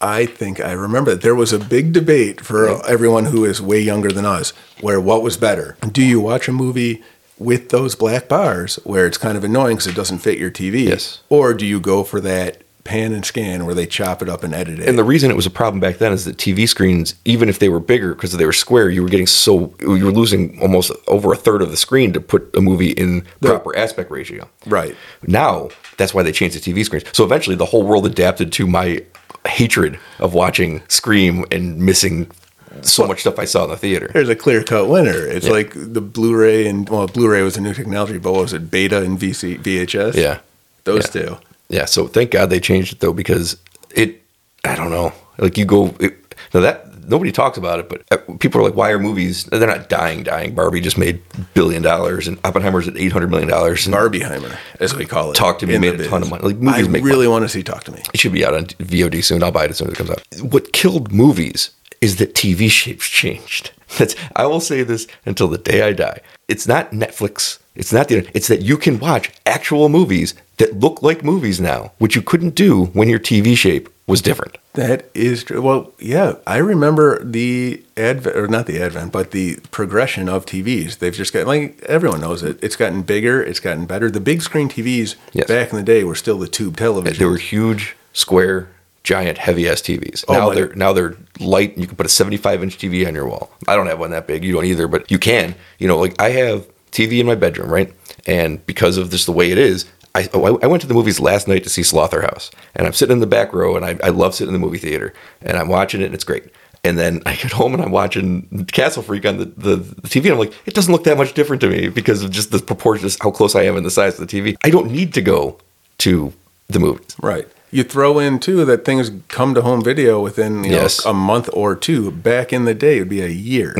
Speaker 2: I think I remember that there was a big debate for everyone who is way younger than us, where what was better? Do you watch a movie with those black bars where it's kind of annoying because it doesn't fit your TV?
Speaker 1: Yes.
Speaker 2: Or do you go for that pan and scan where they chop it up and edit it?
Speaker 1: And the reason it was a problem back then is that TV screens, even if they were bigger because they were square, you were getting so you were losing almost over a third of the screen to put a movie in proper aspect ratio.
Speaker 2: right.
Speaker 1: Now that's why they changed the TV screens. So eventually, the whole world adapted to my hatred of watching Scream and missing so much stuff I saw in the theater.
Speaker 2: There's a clear cut winner. It's like the Blu-ray and well, Blu-ray was a new technology, but what was it? Beta and VC, VHS.
Speaker 1: Yeah.
Speaker 2: Those
Speaker 1: Yeah.
Speaker 2: two.
Speaker 1: Yeah, so thank God they changed it though because it I don't know. Like you go it, now that nobody talks about it, but uh, people are like why are movies they're not dying dying. Barbie just made billion dollars and Oppenheimer's at 800 million dollars and
Speaker 2: Barbieheimer, as we call it.
Speaker 1: Talk to Me
Speaker 2: in the
Speaker 1: made a ton of
Speaker 2: biz.
Speaker 1: money. Like, movies
Speaker 2: I
Speaker 1: make
Speaker 2: really want to see Talk to Me.
Speaker 1: it should be out on VOD soon. I'll buy it as soon as it comes out. What killed movies is that TV shapes changed. That's I will say this until the day I die. It's not Netflix. It's not the. It's that you can watch actual movies that look like movies now, which you couldn't do when your TV shape was different.
Speaker 2: That is true. Well, yeah, I remember the advent, or not the advent, but the progression of TVs. They've just got like everyone knows it. It's gotten bigger. It's gotten better. The big screen TVs
Speaker 1: Yes.
Speaker 2: back in the day were still the tube television.
Speaker 1: They were huge, square, giant, heavy ass TVs.
Speaker 2: Oh,
Speaker 1: now
Speaker 2: my-
Speaker 1: they're now they're light. You can put a 75 inch TV on your wall. I don't have one that big. You don't either, but you can. You know, like I have TV in my bedroom, right? And because of just the way it is. I, oh, I I went to the movies last night to see Slaughterhouse, and I'm sitting in the back row, and I, I love sitting in the movie theater, and I'm watching it, and it's great. And then [laughs] I get home and I'm watching Castle Freak on the, the, the TV, and I'm like, it doesn't look that much different to me because of just the proportions, how close I am in the size of the TV. I don't need to go to the movies.
Speaker 2: right. You throw in too that things come to home video within you
Speaker 1: Yes.
Speaker 2: know, a month or two. Back
Speaker 1: Mm-hmm.
Speaker 2: in the day, it'd be a year.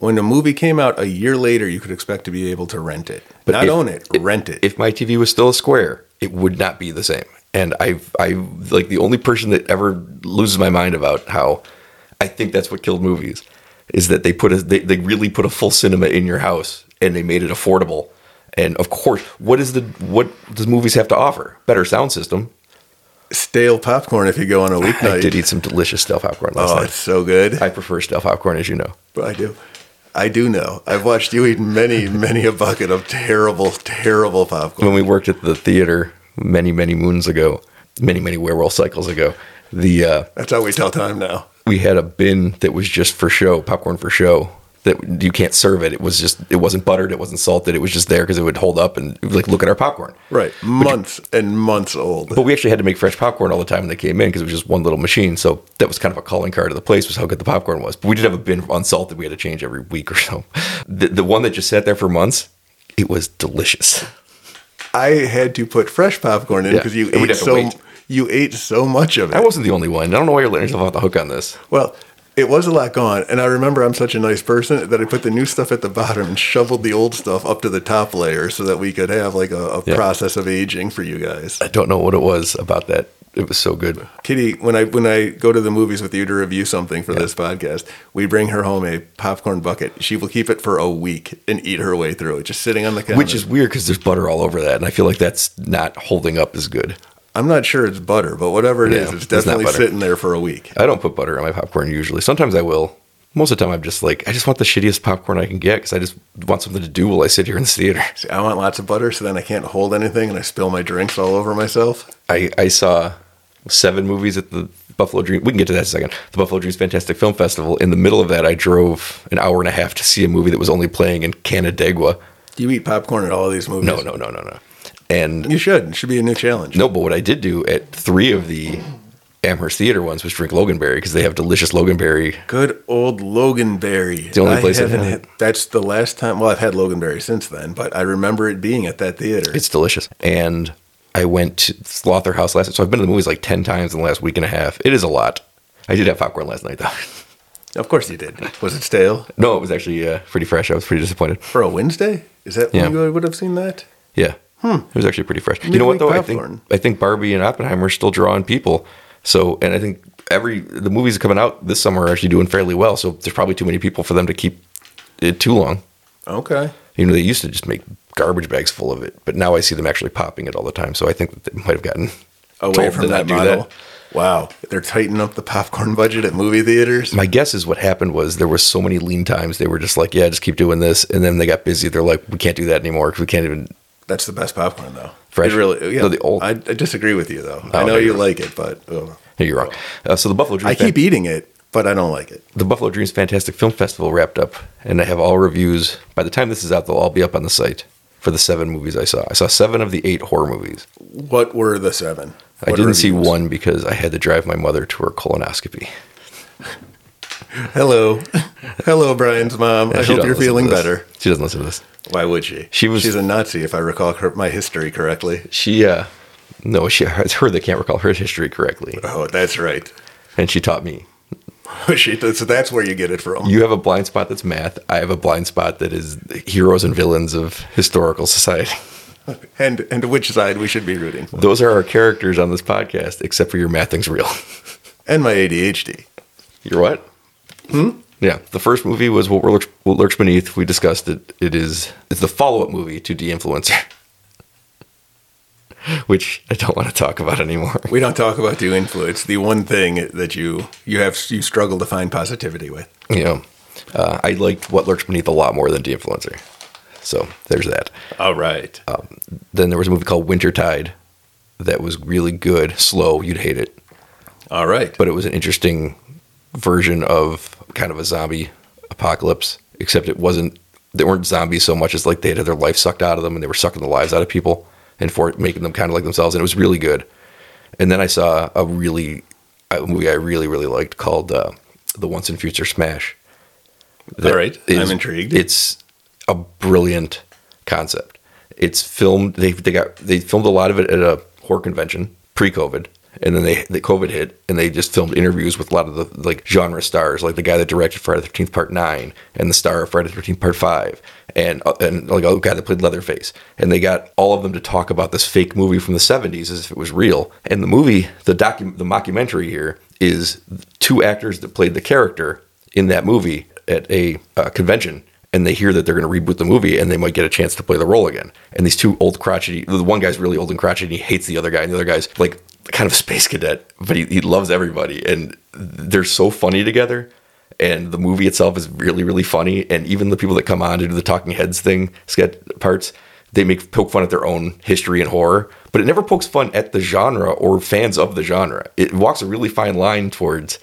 Speaker 2: When a movie came out a year later, you could expect to be able to rent it.
Speaker 1: But
Speaker 2: Not
Speaker 1: if-
Speaker 2: own it, rent it.
Speaker 1: if my TV was still a square, it would not be the same. And I, I like the only person that ever loses my mind about how I think that's what killed movies is that they put a they, they really put a full cinema in your house and they made it affordable. And of course, what is the what does movies have to offer? Better sound system.
Speaker 2: Stale popcorn if you go on a
Speaker 1: I
Speaker 2: weeknight.
Speaker 1: did eat some delicious stuff popcorn last
Speaker 2: oh, it's
Speaker 1: night.
Speaker 2: so good.
Speaker 1: I prefer stuff popcorn, as you know.
Speaker 2: But I do. I do know. I've watched you eat
Speaker 1: [laughs]
Speaker 2: many, many a bucket of terrible, terrible popcorn.
Speaker 1: when we worked at the theater many many moons ago many many werewolf cycles ago the uh,
Speaker 2: That's how we tell time now.
Speaker 1: we had a bin that was just for show popcorn for show that you can't serve it it was just it wasn't buttered it wasn't salted it was just there because it would hold up and like look at our popcorn
Speaker 2: Right. Months and months old.
Speaker 1: but we actually had to make fresh popcorn all the time when they came in because it was just one little machine so that was kind of a calling card of the place was how good the popcorn was but we did have a bin unsalted we had to change every week or so the, the one that just sat there for months it was delicious
Speaker 2: I had to put fresh popcorn in
Speaker 1: Yeah,
Speaker 2: because you
Speaker 1: and we'd
Speaker 2: ate
Speaker 1: have to
Speaker 2: so
Speaker 1: wait.
Speaker 2: you ate so much of it.
Speaker 1: i wasn't the only one i don't know why you're letting yourself off the hook on this
Speaker 2: well, it was a lot gone, and I remember I'm such a nice person that I put the new stuff at the bottom and shoveled the old stuff up to the top layer so that we could have like a, a
Speaker 1: Yeah.
Speaker 2: process of aging for you guys.
Speaker 1: I don't know what it was about that. It was so good.
Speaker 2: Kitty, when I when I go to the movies with you to review something for this podcast, we bring her home a popcorn bucket. She will keep it for a week and eat her way through it, just sitting on the counter.
Speaker 1: Which is weird because there's butter all over that, and I feel like that's not holding up as good.
Speaker 2: I'm not sure it's butter, but whatever it
Speaker 1: Yeah,
Speaker 2: is, it's
Speaker 1: it's not
Speaker 2: definitely
Speaker 1: butter.
Speaker 2: sitting there for a week.
Speaker 1: I don't put butter on my popcorn usually. Sometimes I will. Most of the time, I'm just like, I just want the shittiest popcorn I can get because I just want something to do while I sit here in the theater.
Speaker 2: See, I want lots of butter, so then I can't hold anything, and I spill my drinks all over myself.
Speaker 1: I, I saw seven movies at the Buffalo Dream. We can get to that in a second. The Buffalo Dreams Fantastic Film Festival. In the middle of that, I drove an hour and a half to see a movie that was only playing in Canandaigua.
Speaker 2: Do you eat popcorn at all of these movies?
Speaker 1: No, no, no, no, no. And
Speaker 2: You should. It should be a new challenge.
Speaker 1: No, but what I did do at three of the Amherst Theater ones was drink Loganberry because they have delicious Loganberry.
Speaker 2: Good old Loganberry.
Speaker 1: the only place I've
Speaker 2: haven't
Speaker 1: had it.
Speaker 2: had- That's the last time. Well, I've had Loganberry since then, but I remember it being at that theater.
Speaker 1: It's delicious. And I went to Slaughter House last night. So I've been to the movies like 10 times in the last week and a half. It is a lot. I did have popcorn last night, though. [laughs]
Speaker 2: of course you did. Was it stale?
Speaker 1: no, it was actually uh, pretty fresh. I was pretty disappointed.
Speaker 2: For a Wednesday? Is that when
Speaker 1: Yeah.
Speaker 2: you would have seen that?
Speaker 1: Yeah. It was actually pretty fresh. you know what,
Speaker 2: Midweek
Speaker 1: though?
Speaker 2: popcorn.
Speaker 1: I think I think Barbie and Oppenheimer are still drawing people. So, and I think every the movies coming out this summer are actually doing fairly well. So there's probably too many people for them to keep it too long.
Speaker 2: Okay.
Speaker 1: You know, they used to just make garbage bags full of it, but now I see them actually popping it all the time. So I think that they might have gotten
Speaker 2: Away
Speaker 1: told to
Speaker 2: from
Speaker 1: not
Speaker 2: that model. Wow. They're tightening up the popcorn budget at movie theaters.
Speaker 1: My guess is what happened was there were so many lean times they were just like, yeah, just keep doing this, and then they got busy. They're like, we can't do that anymore 'cause we can't even.
Speaker 2: That's the best popcorn, though.
Speaker 1: Fresh?
Speaker 2: It really, yeah.
Speaker 1: No, the old-
Speaker 2: I, I disagree with you, though. I
Speaker 1: Oh,
Speaker 2: know
Speaker 1: okay.
Speaker 2: you like it, but ugh.
Speaker 1: No, you're wrong. Uh, so the Buffalo Dreams,
Speaker 2: I keep
Speaker 1: Fan-
Speaker 2: eating it, but I don't like it.
Speaker 1: the Buffalo Dreams Fantastic Film Festival wrapped up, and I have all reviews. By the time this is out, they'll all be up on the site for the seven movies I saw. I saw seven of the eight horror movies.
Speaker 2: What were the seven?
Speaker 1: I
Speaker 2: What
Speaker 1: didn't see
Speaker 2: reviews?
Speaker 1: one because I had to drive my mother to her colonoscopy.
Speaker 2: Hello, hello, Brian's mom. I
Speaker 1: She doesn't
Speaker 2: hope you're
Speaker 1: listen to
Speaker 2: feeling
Speaker 1: this.
Speaker 2: better.
Speaker 1: She doesn't listen to this.
Speaker 2: Why would she?
Speaker 1: She was-
Speaker 2: She's a Nazi, if I recall her, my history correctly.
Speaker 1: She, uh, no, she, [laughs] it's her that can't recall her history correctly.
Speaker 2: Oh, that's right. [laughs]
Speaker 1: And she taught me
Speaker 2: she, so that's where you get it from.
Speaker 1: you have a blind spot that's math. I have a blind spot that is the heroes and villains of historical society.
Speaker 2: and and which side we should be rooting for.
Speaker 1: Those are our characters on this podcast, except for your math thing's real.
Speaker 2: And my ADHD.
Speaker 1: [laughs] Your what? Hmm? Yeah. The first movie was What, Lurks, what Lurks Beneath. We discussed it. It is it's the follow up movie to De Influencer, [laughs] which I don't want to talk about anymore. [laughs]
Speaker 2: We don't talk about the influence, the one thing that you you have you struggle to find positivity with.
Speaker 1: You know, uh, I liked What Lurks Beneath a lot more than De Influencer. So there's that.
Speaker 2: All right.
Speaker 1: Then there was a movie called Wintertide that was really good, slow. You'd hate it.
Speaker 2: All right.
Speaker 1: but it was an interesting version of kind of a zombie apocalypse, except it wasn't they weren't zombies so much as like they had their life sucked out of them and they were sucking the lives out of people and for it, making them kind of like themselves and it was really good. And then I saw a really a movie I really really liked called uh, The Once in Future Smash.
Speaker 2: All
Speaker 1: That
Speaker 2: right.
Speaker 1: is-
Speaker 2: I'm intrigued.
Speaker 1: It's a brilliant concept. It's filmed. They they got they filmed a lot of it at a horror convention pre-COVID, and then they the COVID hit, and they just filmed interviews with a lot of the like genre stars, like the guy that directed Friday the Thirteenth Part Nine, and the star of Friday the Thirteenth Part Five, and uh, and like a guy that played Leatherface, and they got all of them to talk about this fake movie from the seventies as if it was real. And the movie, the docu- the mockumentary here is two actors that played the character in that movie at a uh, convention and they hear that they're going to reboot the movie and they might get a chance to play the role again. And these two old crotchety, the one guy's really old and crotchety, and he hates the other guy, and the other guy's like kind of a space cadet, but he, he loves everybody. And they're so funny together. And the movie itself is really, really funny. And even the people that come on to do the talking heads thing, sketch parts, they make poke fun at their own history and horror, but it never pokes fun at the genre or fans of the genre. It walks a really fine line towards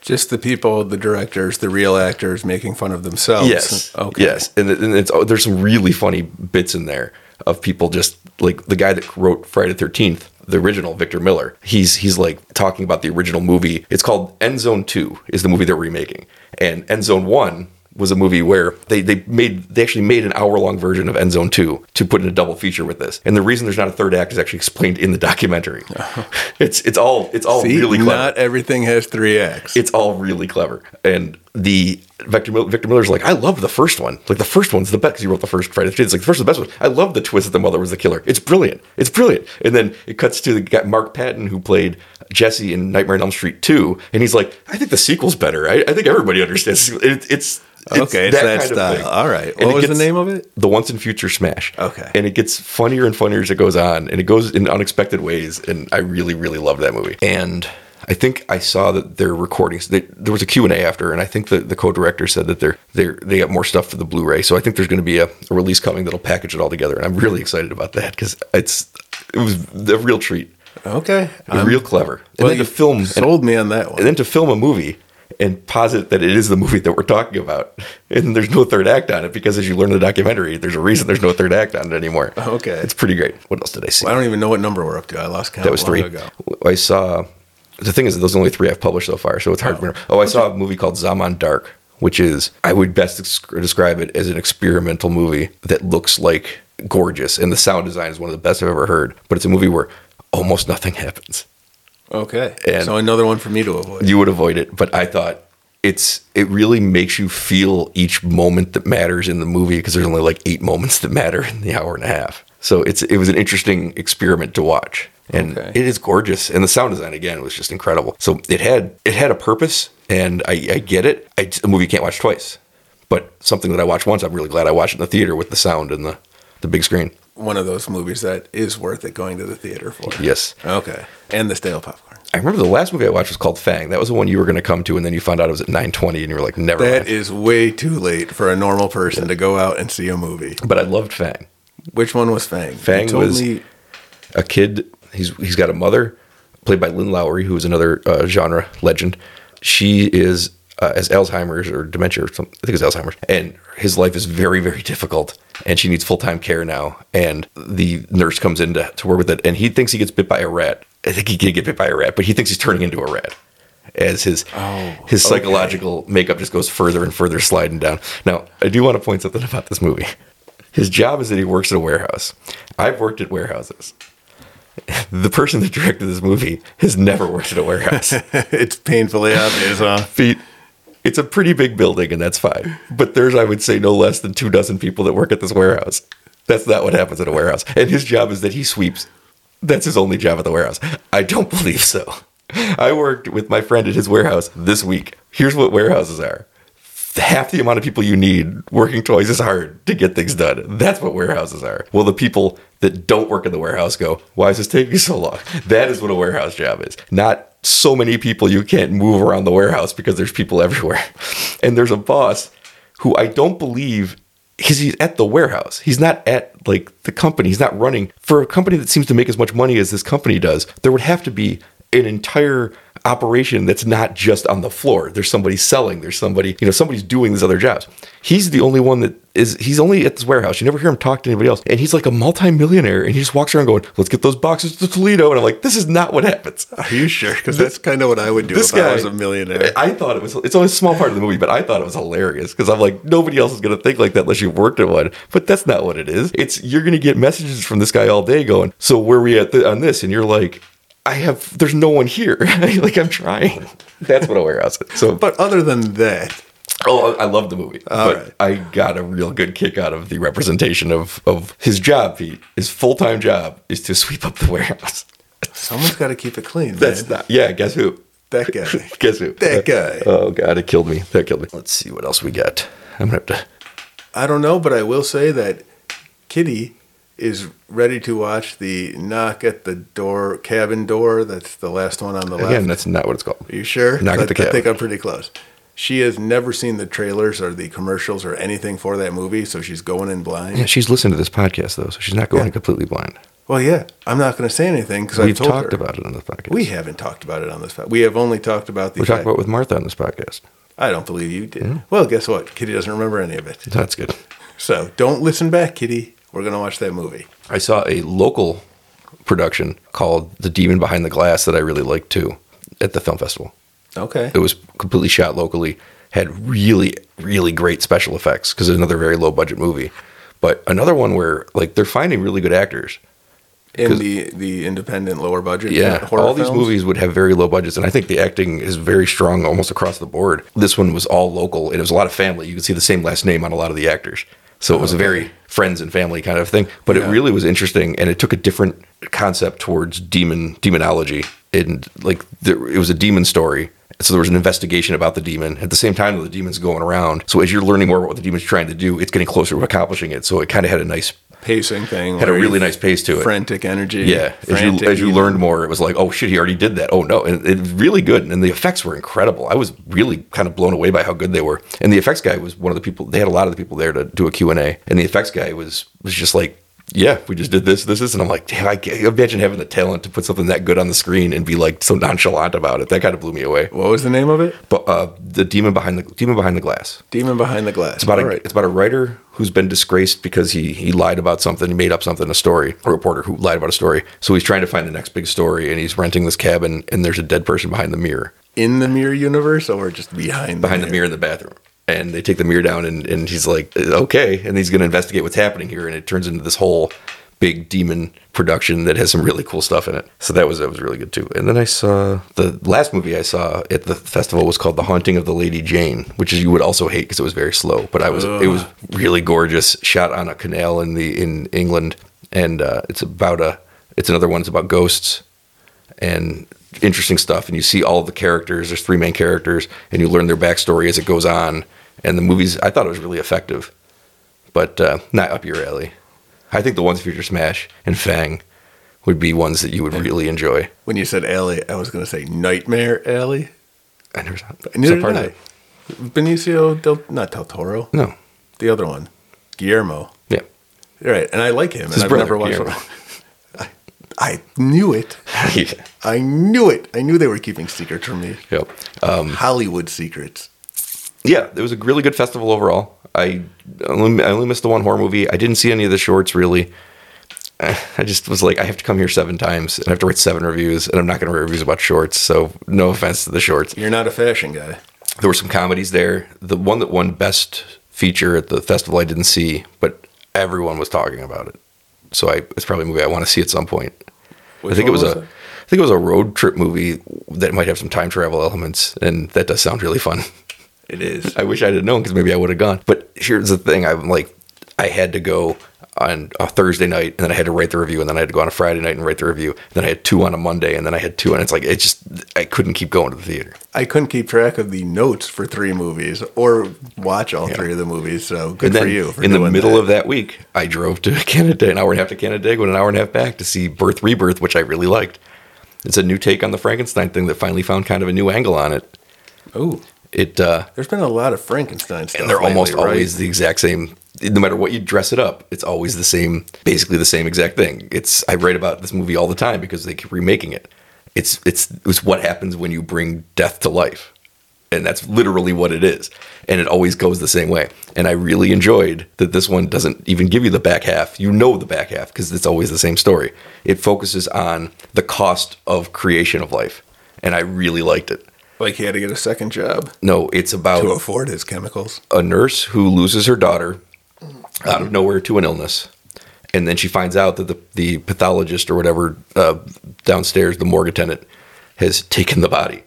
Speaker 2: Just the people, the directors, the real actors making fun of themselves.
Speaker 1: Yes.
Speaker 2: Okay.
Speaker 1: Yes, and, it- and it's oh, there's some really funny bits in there of people just like the guy that wrote Friday the Thirteenth, the original Victor Miller. He's he's like talking about the original movie. It's called End Zone Two. Is the movie they're remaking, and End Zone One was a movie where they they made they actually made an hour long version of End Zone Two to put in a double feature with this. And the reason there's not a third act is actually explained in the
Speaker 2: [laughs]
Speaker 1: documentary. it's it's all it's all
Speaker 2: See,
Speaker 1: really clever
Speaker 2: not everything has three acts.
Speaker 1: it's all really clever. And the Victor, Mil- Victor Miller's like, I love the first one. Like the first one's the best because he wrote the first Friday the 13th. It's like the first is the best one. I love the twist that the mother was the killer. It's brilliant. It's brilliant. And then it cuts to the guy, Mark Patton who played Jesse in Nightmare on Elm Street 2. And he's like, I think the sequel's better. I, I think everybody understands. It, it's, it's
Speaker 2: okay, it's that,
Speaker 1: kind of thing.
Speaker 2: style. All right.
Speaker 1: And
Speaker 2: What
Speaker 1: it
Speaker 2: was
Speaker 1: gets-
Speaker 2: the name of it?
Speaker 1: the once in future smash.
Speaker 2: Okay.
Speaker 1: And it gets funnier and funnier as it goes on, and it goes in unexpected ways. And I really, really love that movie. And I think I saw that they're recording. They, there was a Q and A after, and I think the, the co-director said that they're they are they got more stuff for the Blu-ray. So I think there's going to be a, a release coming that'll package it all together, and I'm really excited about that because it's it was the real treat,
Speaker 2: Okay.
Speaker 1: and real clever. And
Speaker 2: Um, Well,
Speaker 1: then
Speaker 2: you
Speaker 1: to film and
Speaker 2: sold me on that one.
Speaker 1: and then to film a movie and posit that it is the movie that we're talking about [laughs] and there's no third act on it because as you learn in the documentary there's a reason there's no third act on it anymore
Speaker 2: [laughs] Okay.
Speaker 1: it's pretty great what else did i see
Speaker 2: I don't even know what number we're up to. I lost count.
Speaker 1: that was
Speaker 2: long
Speaker 1: three
Speaker 2: Ago.
Speaker 1: i saw the thing is those are only three i've published so far so it's hard to remember oh i saw a movie called zaman dark which is i would best ex- describe it as an experimental movie that looks like gorgeous and the sound design is one of the best i've ever heard but it's a movie where almost nothing happens
Speaker 2: Okay.
Speaker 1: And-
Speaker 2: so another one for me to avoid.
Speaker 1: you would avoid it but i thought it's it really makes you feel each moment that matters in the movie because there's only like eight moments that matter in the hour and a half so it's it was an interesting experiment to watch and
Speaker 2: Okay.
Speaker 1: it is gorgeous and the sound design again was just incredible so it had it had a purpose and i, I get it I, a movie you can't watch twice but something that i watched once i'm really glad i watched it in the theater with the sound and the the big screen
Speaker 2: One of those movies that is worth it going to the theater for.
Speaker 1: yes
Speaker 2: Okay. And the stale popcorn.
Speaker 1: i remember the last movie i watched was called fang that was the one you were going to come to and then you found out it was at 9.20 and you were like never mind.
Speaker 2: That is way too late for a normal person to go out and see a movie.
Speaker 1: but I loved Fang.
Speaker 2: Which one was Fang? You
Speaker 1: Fang
Speaker 2: told
Speaker 1: was-
Speaker 2: me- [laughs]
Speaker 1: A kid, he's he's got a mother played by Lynn Lowry, who is another uh, genre legend. She is uh, as Alzheimer's or dementia or something. I think it's Alzheimer's, and his life is very very difficult, and she needs full time care now. And the nurse comes in to, to work with it, and he thinks he gets bit by a rat. I think he did get bit by a rat, but he thinks he's turning into a rat. As his his
Speaker 2: okay.
Speaker 1: psychological makeup just goes further and further sliding down. Now, I do want to point something [laughs] about this movie. His job is that he works at a warehouse. I've worked at warehouses. [laughs] The person that directed this movie has never worked at a warehouse.
Speaker 2: it's painfully obvious, huh?
Speaker 1: Feet. It's a pretty big building, and that's fine. But there's, I would say, no less than two dozen people that work at this warehouse. That's not what happens at a warehouse. And his job is that he sweeps. That's his only job at the warehouse. I don't believe so. [laughs] I worked with my friend at his warehouse this week. Here's what warehouses are half the amount of people you need working twice as hard to get things done. That's what warehouses are. Well, the people that don't work in the warehouse go, why is this taking so long? That is what a warehouse job is. Not so many people you can't move around the warehouse because there's people [laughs] everywhere. And there's a boss who I don't believe because he's at the warehouse. He's not at like the company. He's not running for a company that seems to make as much money as this company does. There would have to be an entire operation that's not just on the floor. There's somebody selling. There's somebody, you know, somebody's doing these other jobs. He's the only one that is. He's only at this warehouse. You never hear him talk to anybody else. And he's like a multimillionaire, and he just walks around going, "Let's get those boxes to Toledo." And I'm like, this is not what happens.
Speaker 2: Are you sure? Because that's kind of what I would do
Speaker 1: This
Speaker 2: if
Speaker 1: guy
Speaker 2: I was a millionaire.
Speaker 1: I thought it was. It's only a small part of the movie, but I thought it was hilarious because I'm like, nobody else is gonna think like that unless you worked at one. But that's not what it is. It's you're gonna get messages from this guy all day going. So where we at th- on this? And you're like. I have there's no one here. [laughs] like I'm
Speaker 2: [laughs]
Speaker 1: trying. That's what Warehouse is. So,
Speaker 2: But other than that,
Speaker 1: oh, I love the movie. but I got a real good kick out of the representation of of his job, Pete. His full time job is to sweep up the warehouse.
Speaker 2: someone's got to keep it clean.
Speaker 1: That's
Speaker 2: man.
Speaker 1: not. Yeah, guess who?
Speaker 2: that [laughs] guy.
Speaker 1: [laughs] Guess who?
Speaker 2: That guy.
Speaker 1: Oh god, it killed me. That killed me. Let's see what else we got. I'm gonna have to.
Speaker 2: I don't know, but I will say that Kitty is ready to watch the knock at the door, cabin door. That's the last one on the left.
Speaker 1: Again, that's not what it's called.
Speaker 2: Are you sure?
Speaker 1: Knock at
Speaker 2: I,
Speaker 1: the
Speaker 2: I
Speaker 1: cabin.
Speaker 2: think I'm pretty close. She has never seen the trailers or the commercials or anything for that movie, so she's going in blind.
Speaker 1: Yeah, she's listened to this podcast though, so she's not going
Speaker 2: Yeah.
Speaker 1: completely blind.
Speaker 2: Well, yeah, I'm not going to say anything because I've
Speaker 1: We've
Speaker 2: told
Speaker 1: talked
Speaker 2: her.
Speaker 1: about it on this podcast.
Speaker 2: We haven't talked about it on this. pod- We have only talked about the.
Speaker 1: we talked
Speaker 2: fact-
Speaker 1: about it with Martha on this podcast.
Speaker 2: I don't believe you did. Well, guess what? Kitty doesn't remember any of it.
Speaker 1: That's good.
Speaker 2: So don't listen back, Kitty. We're going to watch that movie.
Speaker 1: I saw a local production called The Demon Behind the Glass that I really liked too at the film festival.
Speaker 2: Okay.
Speaker 1: It was completely shot locally, had really, really great special effects because it's another very low budget movie. But another one where like they're finding really good actors.
Speaker 2: In
Speaker 1: 'Cause-
Speaker 2: the the independent lower budget.
Speaker 1: Yeah,
Speaker 2: horror
Speaker 1: all these
Speaker 2: films?
Speaker 1: movies would have very low budgets, and I think the acting is very strong almost across the board. This one was all local, and it was a lot of family. You could see the same last name on a lot of the actors, so it was a very friends and family kind of thing. But
Speaker 2: Yeah.
Speaker 1: it really was interesting, and it took a different concept towards demon demonology, and like there, it was a demon story. So there was an investigation about the demon at the same time that the demon's going around. So as you're learning more about what the demon's trying to do, it's getting closer to accomplishing it. So it kind of had a nice,
Speaker 2: pacing thing
Speaker 1: had a
Speaker 2: where
Speaker 1: really
Speaker 2: you-
Speaker 1: nice pace to it.
Speaker 2: frantic energy.
Speaker 1: Yeah, as you,
Speaker 2: frantic
Speaker 1: as you
Speaker 2: even.
Speaker 1: learned more, it was like, oh shit, he already did that. Oh no, and it was really good, and the effects were incredible. I was really kind of blown away by how good they were. And the effects guy was one of the people. They had a lot of the people there to do a Q and A, and the effects guy was was just like, yeah, we just did this, this, this, and I'm like, damn, I can't imagine having the talent to put something that good on the screen and be like so nonchalant about it. That kind of blew me away.
Speaker 2: What was the name of it?
Speaker 1: But uh, the demon behind the demon behind the glass.
Speaker 2: Demon Behind the Glass.
Speaker 1: It's about a,
Speaker 2: All right.
Speaker 1: it's about a writer who's been disgraced because he he lied about something, he made up something, a story, a reporter who lied about a story. So he's trying to find the next big story, and he's renting this cabin, and there's a dead person behind the mirror,
Speaker 2: in the mirror universe or just behind
Speaker 1: behind the mirror in the bathroom. And they take the mirror down, and, and he's like, okay, and he's going to investigate what's happening here, and it turns into this whole big demon production that has some really cool stuff in it. So that was that was really good too. And then I saw the last movie I saw at the festival was called The Haunting of the Lady Jane, which is you would also hate because it was very slow, but I was it was really gorgeous, shot on a canal in the in England, and uh, it's about a it's another one. It's about ghosts and interesting stuff. And you see all the characters. There's three main characters, and you learn their backstory as it goes on. And the movies, I thought it was really effective, but uh, not up your alley. I think the ones Future Smash and Fang would be ones that you would really enjoy.
Speaker 2: When you said alley, I was going to say Nightmare Alley.
Speaker 1: I never saw it.
Speaker 2: Neither
Speaker 1: It's a part of
Speaker 2: did I. Benicio del not Del Toro,
Speaker 1: it. No,
Speaker 2: the other one, Guillermo.
Speaker 1: yeah, [laughs]
Speaker 2: Right, and I like him,
Speaker 1: his
Speaker 2: and I've
Speaker 1: brother,
Speaker 2: never watched
Speaker 1: Guillermo.
Speaker 2: one. [laughs] I, I knew it.
Speaker 1: yeah.
Speaker 2: I knew it. I knew they were keeping secrets from me.
Speaker 1: Yep. Um,
Speaker 2: Hollywood secrets.
Speaker 1: yeah, it was a really good festival overall. I only, I only missed the one horror movie. I didn't see any of the shorts really. [laughs] I just was like, I have to come here seven times and I have to write seven reviews, and I'm not going to write reviews about shorts. So no offense to the shorts.
Speaker 2: You're not a fashion guy.
Speaker 1: There were some comedies there. The one that won best feature at the festival I didn't see, but everyone was talking about it. So I, it's probably a movie I want to see at some point. I
Speaker 2: Which
Speaker 1: think it
Speaker 2: one
Speaker 1: was,
Speaker 2: was
Speaker 1: a,
Speaker 2: it?
Speaker 1: I think it was a road trip movie that might have some time travel elements, and that does sound really fun.
Speaker 2: It is.
Speaker 1: I wish I'd have known because maybe I would have gone. But here's the thing: I'm like, I had to go on a Thursday night, and then I had to write the review, and then I had to go on a Friday night and write the review. Then I had two on a Monday, and then I had two, and it's like it just I couldn't keep going to the theater.
Speaker 2: I couldn't keep track of the notes for three movies or watch all three of the movies. So good
Speaker 1: and then
Speaker 2: for you. For
Speaker 1: in the
Speaker 2: doing
Speaker 1: middle
Speaker 2: that.
Speaker 1: of that week, I drove to [laughs] Canada, an hour and a half to Canandaigua, and an hour and a half back to see Birth Rebirth, which I really liked. It's a new take on the Frankenstein thing that finally found kind of a new angle on it.
Speaker 2: oh,
Speaker 1: It uh,
Speaker 2: there's been a lot of Frankenstein stuff.
Speaker 1: and they're
Speaker 2: lately,
Speaker 1: almost
Speaker 2: right?
Speaker 1: always the exact same no matter what you dress it up it's always the same basically the same exact thing it's i write about this movie all the time because they keep remaking it it's it's it's what happens when you bring death to life and that's literally what it is and it always goes the same way and i really enjoyed that this one doesn't even give you the back half you know the back half because it's always the same story it focuses on the cost of creation of life and i really liked it
Speaker 2: like he had to get a second job
Speaker 1: no it's about
Speaker 2: to afford his chemicals.
Speaker 1: a nurse who loses her daughter out of nowhere to an illness and then she finds out that the the pathologist or whatever uh, downstairs, the morgue attendant, has taken the body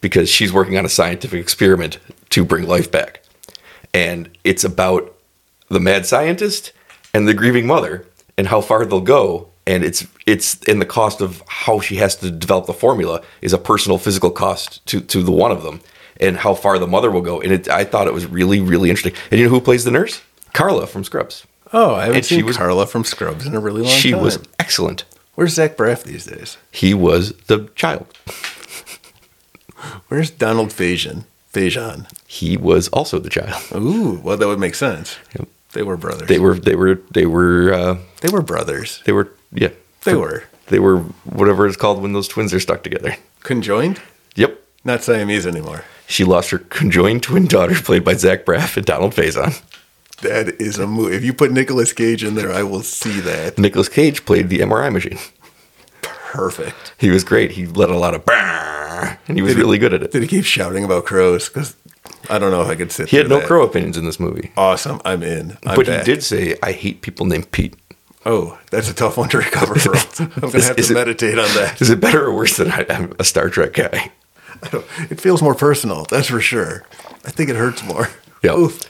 Speaker 1: because she's working on a scientific experiment to bring life back, and it's about the mad scientist and the grieving mother and how far they'll go and it's it's in the cost of how she has to develop the formula is a personal physical cost to to the one of them and how far the mother will go and it I thought it was really really interesting and you know who plays the nurse Carla from Scrubs
Speaker 2: Oh, I haven't
Speaker 1: And she
Speaker 2: seen
Speaker 1: was-
Speaker 2: Carla from Scrubs in a really long
Speaker 1: she
Speaker 2: time.
Speaker 1: was excellent
Speaker 2: Where's Zach Braff these days?
Speaker 1: he was the child
Speaker 2: Where's Donald Faison? Faison.
Speaker 1: he was also the child
Speaker 2: Ooh, well, that would make sense.
Speaker 1: Yep.
Speaker 2: They were brothers.
Speaker 1: they were they were they were uh,
Speaker 2: They were brothers.
Speaker 1: they were yeah
Speaker 2: They were
Speaker 1: they were whatever it's called when those twins are stuck together
Speaker 2: conjoined,
Speaker 1: yep
Speaker 2: not Siamese anymore.
Speaker 1: She lost her conjoined twin daughter, played by Zach Braff and Donald Faison.
Speaker 2: That is a movie. If you put Nicolas Cage in there, I will see that.
Speaker 1: Nicolas Cage played the MRI machine.
Speaker 2: Perfect.
Speaker 1: He was great. He let a lot of brrrr, and he was really good at it.
Speaker 2: Did he keep shouting about crows? Because I don't know if I could sit.
Speaker 1: He had
Speaker 2: through
Speaker 1: no
Speaker 2: that.
Speaker 1: crow opinions in this movie,
Speaker 2: Awesome. I'm in. I'm
Speaker 1: but
Speaker 2: back.
Speaker 1: he did say, "I hate people named Pete."
Speaker 2: Oh, that's a tough one to recover from. I'm gonna
Speaker 1: Is-
Speaker 2: have to
Speaker 1: is it-
Speaker 2: meditate on that.
Speaker 1: Is it better or worse than I, I'm a Star Trek guy?
Speaker 2: It feels more personal. That's for sure. I think it hurts more.
Speaker 1: Yeah.
Speaker 2: Oof.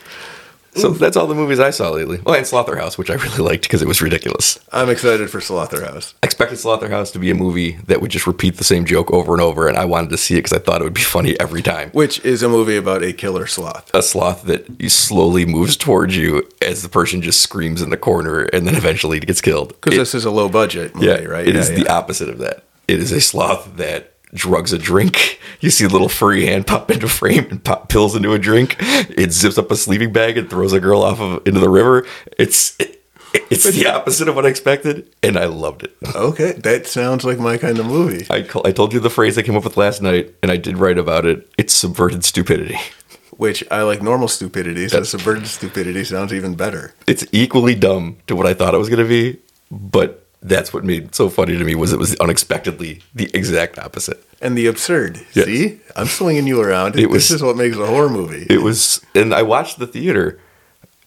Speaker 1: So that's all the movies I saw lately. Well, and Slaughterhouse, which I really liked because it was ridiculous.
Speaker 2: I'm excited for Slaughterhouse.
Speaker 1: I expected Slaughterhouse to be a movie that would just repeat the same joke over and over, and I wanted to see it because I thought it would be funny every time.
Speaker 2: which is a movie about a killer sloth.
Speaker 1: a sloth that slowly moves towards you as the person just screams in the corner and then eventually gets killed.
Speaker 2: Because
Speaker 1: It-
Speaker 2: this is a low budget movie,
Speaker 1: yeah,
Speaker 2: right?
Speaker 1: It
Speaker 2: Yeah,
Speaker 1: is
Speaker 2: yeah.
Speaker 1: the opposite of that. It is a sloth that drugs a drink. [laughs] You see a little furry hand pop into frame and pop pills into a drink. It zips up a sleeping bag and throws a girl off of into the river. It's it, it's
Speaker 2: [laughs]
Speaker 1: the opposite of what I expected, and I loved it.
Speaker 2: Okay, that sounds like my kind of movie.
Speaker 1: I, call, I told you the phrase I came up with last night, and I did write about it. It's subverted stupidity. [laughs]
Speaker 2: Which I like normal stupidity, so
Speaker 1: That's-
Speaker 2: subverted stupidity sounds even better.
Speaker 1: it's equally dumb to what I thought it was going to be, but that's what made it so funny to me was it was unexpectedly the exact opposite.
Speaker 2: And the absurd.
Speaker 1: Yes.
Speaker 2: See, I'm swinging you around.
Speaker 1: It was-
Speaker 2: this is what makes a horror movie.
Speaker 1: It was, and I watched the theater.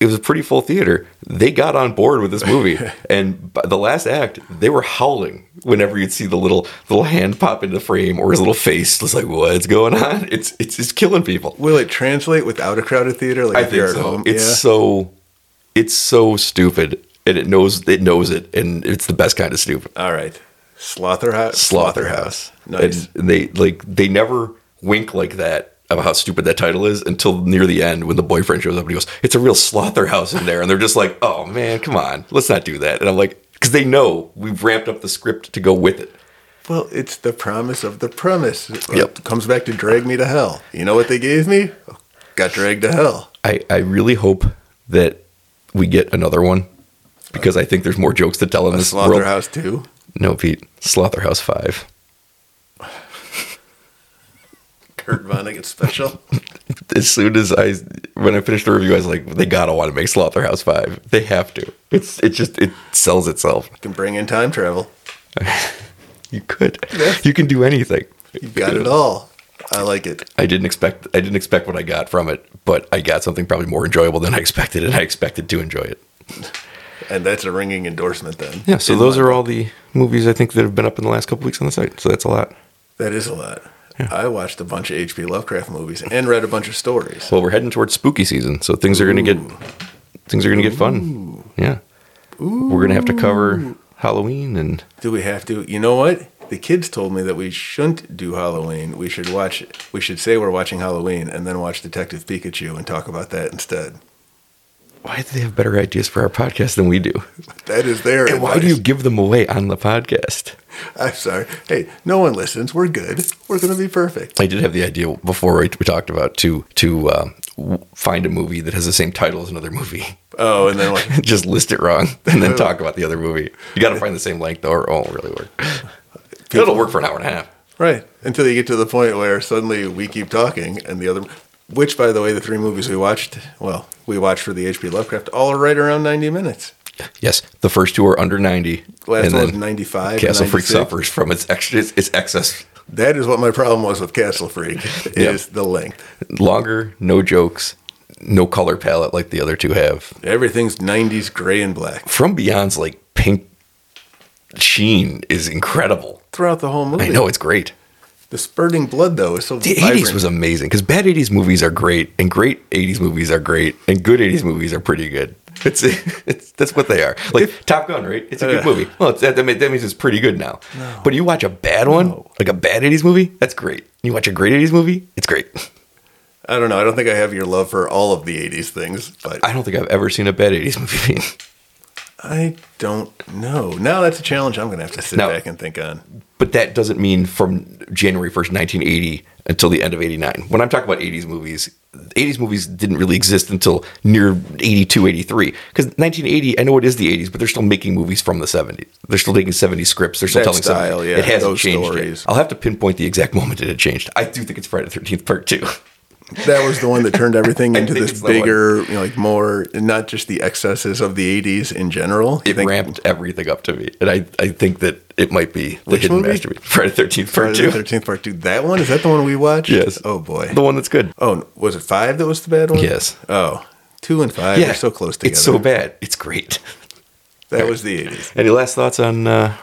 Speaker 1: It was a pretty full theater. They got on board with this
Speaker 2: [laughs]
Speaker 1: movie, and by the last act, they were howling whenever you'd see the little little hand pop into frame or his little face. It's like, what's going on? [laughs] It's it's it's killing people.
Speaker 2: Will it translate without a crowded theater? Like
Speaker 1: I
Speaker 2: if you're
Speaker 1: think
Speaker 2: at
Speaker 1: so.
Speaker 2: home,
Speaker 1: It's
Speaker 2: yeah.
Speaker 1: so it's so stupid, and it knows it knows it, and it's the best kind of stupid.
Speaker 2: All right, Slaughterhouse.
Speaker 1: Slaughterhouse.
Speaker 2: Nice.
Speaker 1: And they like they never wink like that about how stupid that title is until near the end when the boyfriend shows up and he goes, "It's a real slaughterhouse in there," and they're just like, "Oh man, come on, let's not do that." And I'm like, because they know we've ramped up the script to go with it.
Speaker 2: well, it's the promise of the premise.
Speaker 1: Yep.
Speaker 2: It comes back to drag me to hell. You know what they gave me? Got dragged to hell.
Speaker 1: I I really hope that we get another one because I think there's more jokes to tell in this world.
Speaker 2: Slaughterhouse too.
Speaker 1: No, Pete, Slaughterhouse Five.
Speaker 2: Kurt
Speaker 1: [laughs]
Speaker 2: Vonnegut special.
Speaker 1: As soon as I, when I finished the review, I was like, "They gotta want to make Slaughterhouse Five. They have to. It's it just it sells itself."
Speaker 2: can bring in time travel.
Speaker 1: You could.
Speaker 2: Yes.
Speaker 1: You can do anything.
Speaker 2: You've got it all. I like it.
Speaker 1: I didn't expect. I didn't expect what I got from it, but I got something probably more enjoyable than I expected, and I expected to enjoy it.
Speaker 2: And that's a ringing endorsement then.
Speaker 1: Yeah. So
Speaker 2: In
Speaker 1: those
Speaker 2: my-
Speaker 1: are all the movies I think that have been up in the last couple weeks on the site. So that's a lot.
Speaker 2: That is a lot. I watched a bunch of H.P. Lovecraft movies and read a bunch of stories.
Speaker 1: Well, we're heading towards spooky season, so things are going to get things are going to get fun. Yeah. We're going to have to cover Halloween and
Speaker 2: Do we have to? You know what? The kids told me that we shouldn't do Halloween. We should watch we should say we're watching Halloween and then watch Detective Pikachu and talk about that instead.
Speaker 1: why do they have better ideas for our podcast than we do?
Speaker 2: That is their
Speaker 1: And why do you give them away on the podcast?
Speaker 2: I'm sorry. Hey, no one listens. We're good. We're going to be perfect.
Speaker 1: I did have the idea before we, we talked about to to um, w- find a movie that has the same title as another movie, [laughs]
Speaker 2: Oh, and then like
Speaker 1: just list it wrong, and then talk about the other movie. You got to find the same length, though, or it won't really work. It'll work for an hour and a half.
Speaker 2: [laughs] Right. Until you get to the point where suddenly we keep talking and the other, which by the way, the three movies we watched, well, we watched for the H.P. Lovecraft, all are right around 90 minutes.
Speaker 1: Yes, the first two are under ninety,
Speaker 2: Last
Speaker 1: and
Speaker 2: one was
Speaker 1: then
Speaker 2: 95. and
Speaker 1: Castle Freak
Speaker 2: 96.
Speaker 1: suffers from its extra its, its excess. [laughs]
Speaker 2: That is what my problem was with Castle Freak, is the length.
Speaker 1: Longer, no jokes. no color palette like the other two have.
Speaker 2: Everything's 90s gray and black
Speaker 1: From Beyond's like pink sheen is incredible.
Speaker 2: throughout the whole movie.
Speaker 1: I know it's great.
Speaker 2: The spurting blood, though, is so
Speaker 1: The
Speaker 2: vibrant.
Speaker 1: 80s was amazing because bad 80s movies are great, and great 80s movies are great, and good 80s movies are pretty good. [laughs] It's, it's that's what they are. Like Top Gun, right? It's a good
Speaker 2: Ugh.
Speaker 1: movie. Well, it's, that, that mean- that means it's pretty good now. But you watch a bad one,
Speaker 2: No.
Speaker 1: like a bad 80s movie, that's great. You watch a great 80s movie, it's great. [laughs]
Speaker 2: I don't know. I don't think I have your love for all of the 80s things, but
Speaker 1: I don't think I've ever seen a bad 80s movie. [laughs]
Speaker 2: I don't know. Now that's a challenge I'm going to have to sit
Speaker 1: No.
Speaker 2: back and think on.
Speaker 1: but that doesn't mean from January 1st, 1980 until the end of 89. When I'm talking about 80s movies, 80s movies didn't really exist until near 82, 83. Because 1980, I know it is the 80s, but they're still making movies from the 70s. They're still taking 70s scripts. They're still
Speaker 2: That
Speaker 1: telling
Speaker 2: style,
Speaker 1: 70s.
Speaker 2: yeah,
Speaker 1: It hasn't
Speaker 2: those
Speaker 1: changed. yet.
Speaker 2: stories.
Speaker 1: I'll have to pinpoint the exact moment that it changed. I do think it's Friday the 13th, part two.
Speaker 2: That was the one that turned
Speaker 1: [laughs]
Speaker 2: everything
Speaker 1: I
Speaker 2: into
Speaker 1: think
Speaker 2: this
Speaker 1: it's the one.
Speaker 2: bigger, you know, like more, not just the excesses of the 80s in general. I
Speaker 1: It
Speaker 2: think
Speaker 1: ramped everything up to me. And I, I think that it might be the
Speaker 2: Which
Speaker 1: hidden
Speaker 2: movie?
Speaker 1: masterpiece. Friday the 13th, part
Speaker 2: Friday
Speaker 1: two.
Speaker 2: the 13th Part 2. That one? Is that the one we watched?
Speaker 1: Yes.
Speaker 2: Oh, boy.
Speaker 1: The one that's good.
Speaker 2: Oh, was it five that was the bad one?
Speaker 1: Yes.
Speaker 2: Oh, two and five are so close together.
Speaker 1: It's so bad. It's great.
Speaker 2: That was the 80s.
Speaker 1: Any last thoughts on uh,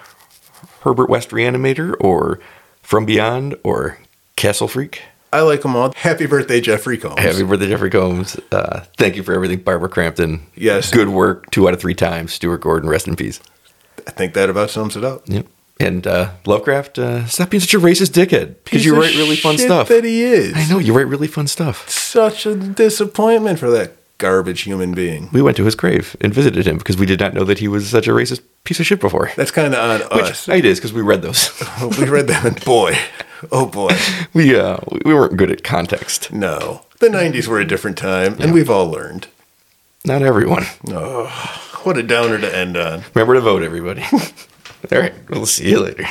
Speaker 1: Herbert West Reanimator or From Beyond or Castle Freak?
Speaker 2: I like them all. Happy birthday, Jeffrey Combs.
Speaker 1: Happy birthday, Jeffrey Combs. Uh, thank you for everything, Barbara Crampton.
Speaker 2: Yes.
Speaker 1: Good work, two out of three times. Stuart Gordon, rest in peace.
Speaker 2: I think that about sums it up.
Speaker 1: Yep. And uh, Lovecraft, uh, stop being such a racist dickhead because
Speaker 2: Piece
Speaker 1: you
Speaker 2: of
Speaker 1: write really fun
Speaker 2: shit
Speaker 1: stuff.
Speaker 2: That he is.
Speaker 1: I know, you write really fun stuff.
Speaker 2: Such a disappointment for that garbage human being.
Speaker 1: We went to his grave and visited him because we did not know that he was such a racist piece of shit before.
Speaker 2: That's kind of on
Speaker 1: Which
Speaker 2: us.
Speaker 1: it is because we read those. [laughs]
Speaker 2: [laughs] we read that, and boy, oh boy,
Speaker 1: we, uh, we weren't good at context.
Speaker 2: no. The '90s were a different time, and we've all learned.
Speaker 1: Not everyone.
Speaker 2: What a downer to end on.
Speaker 1: [laughs] Remember to vote, everybody. All right, we'll see you later.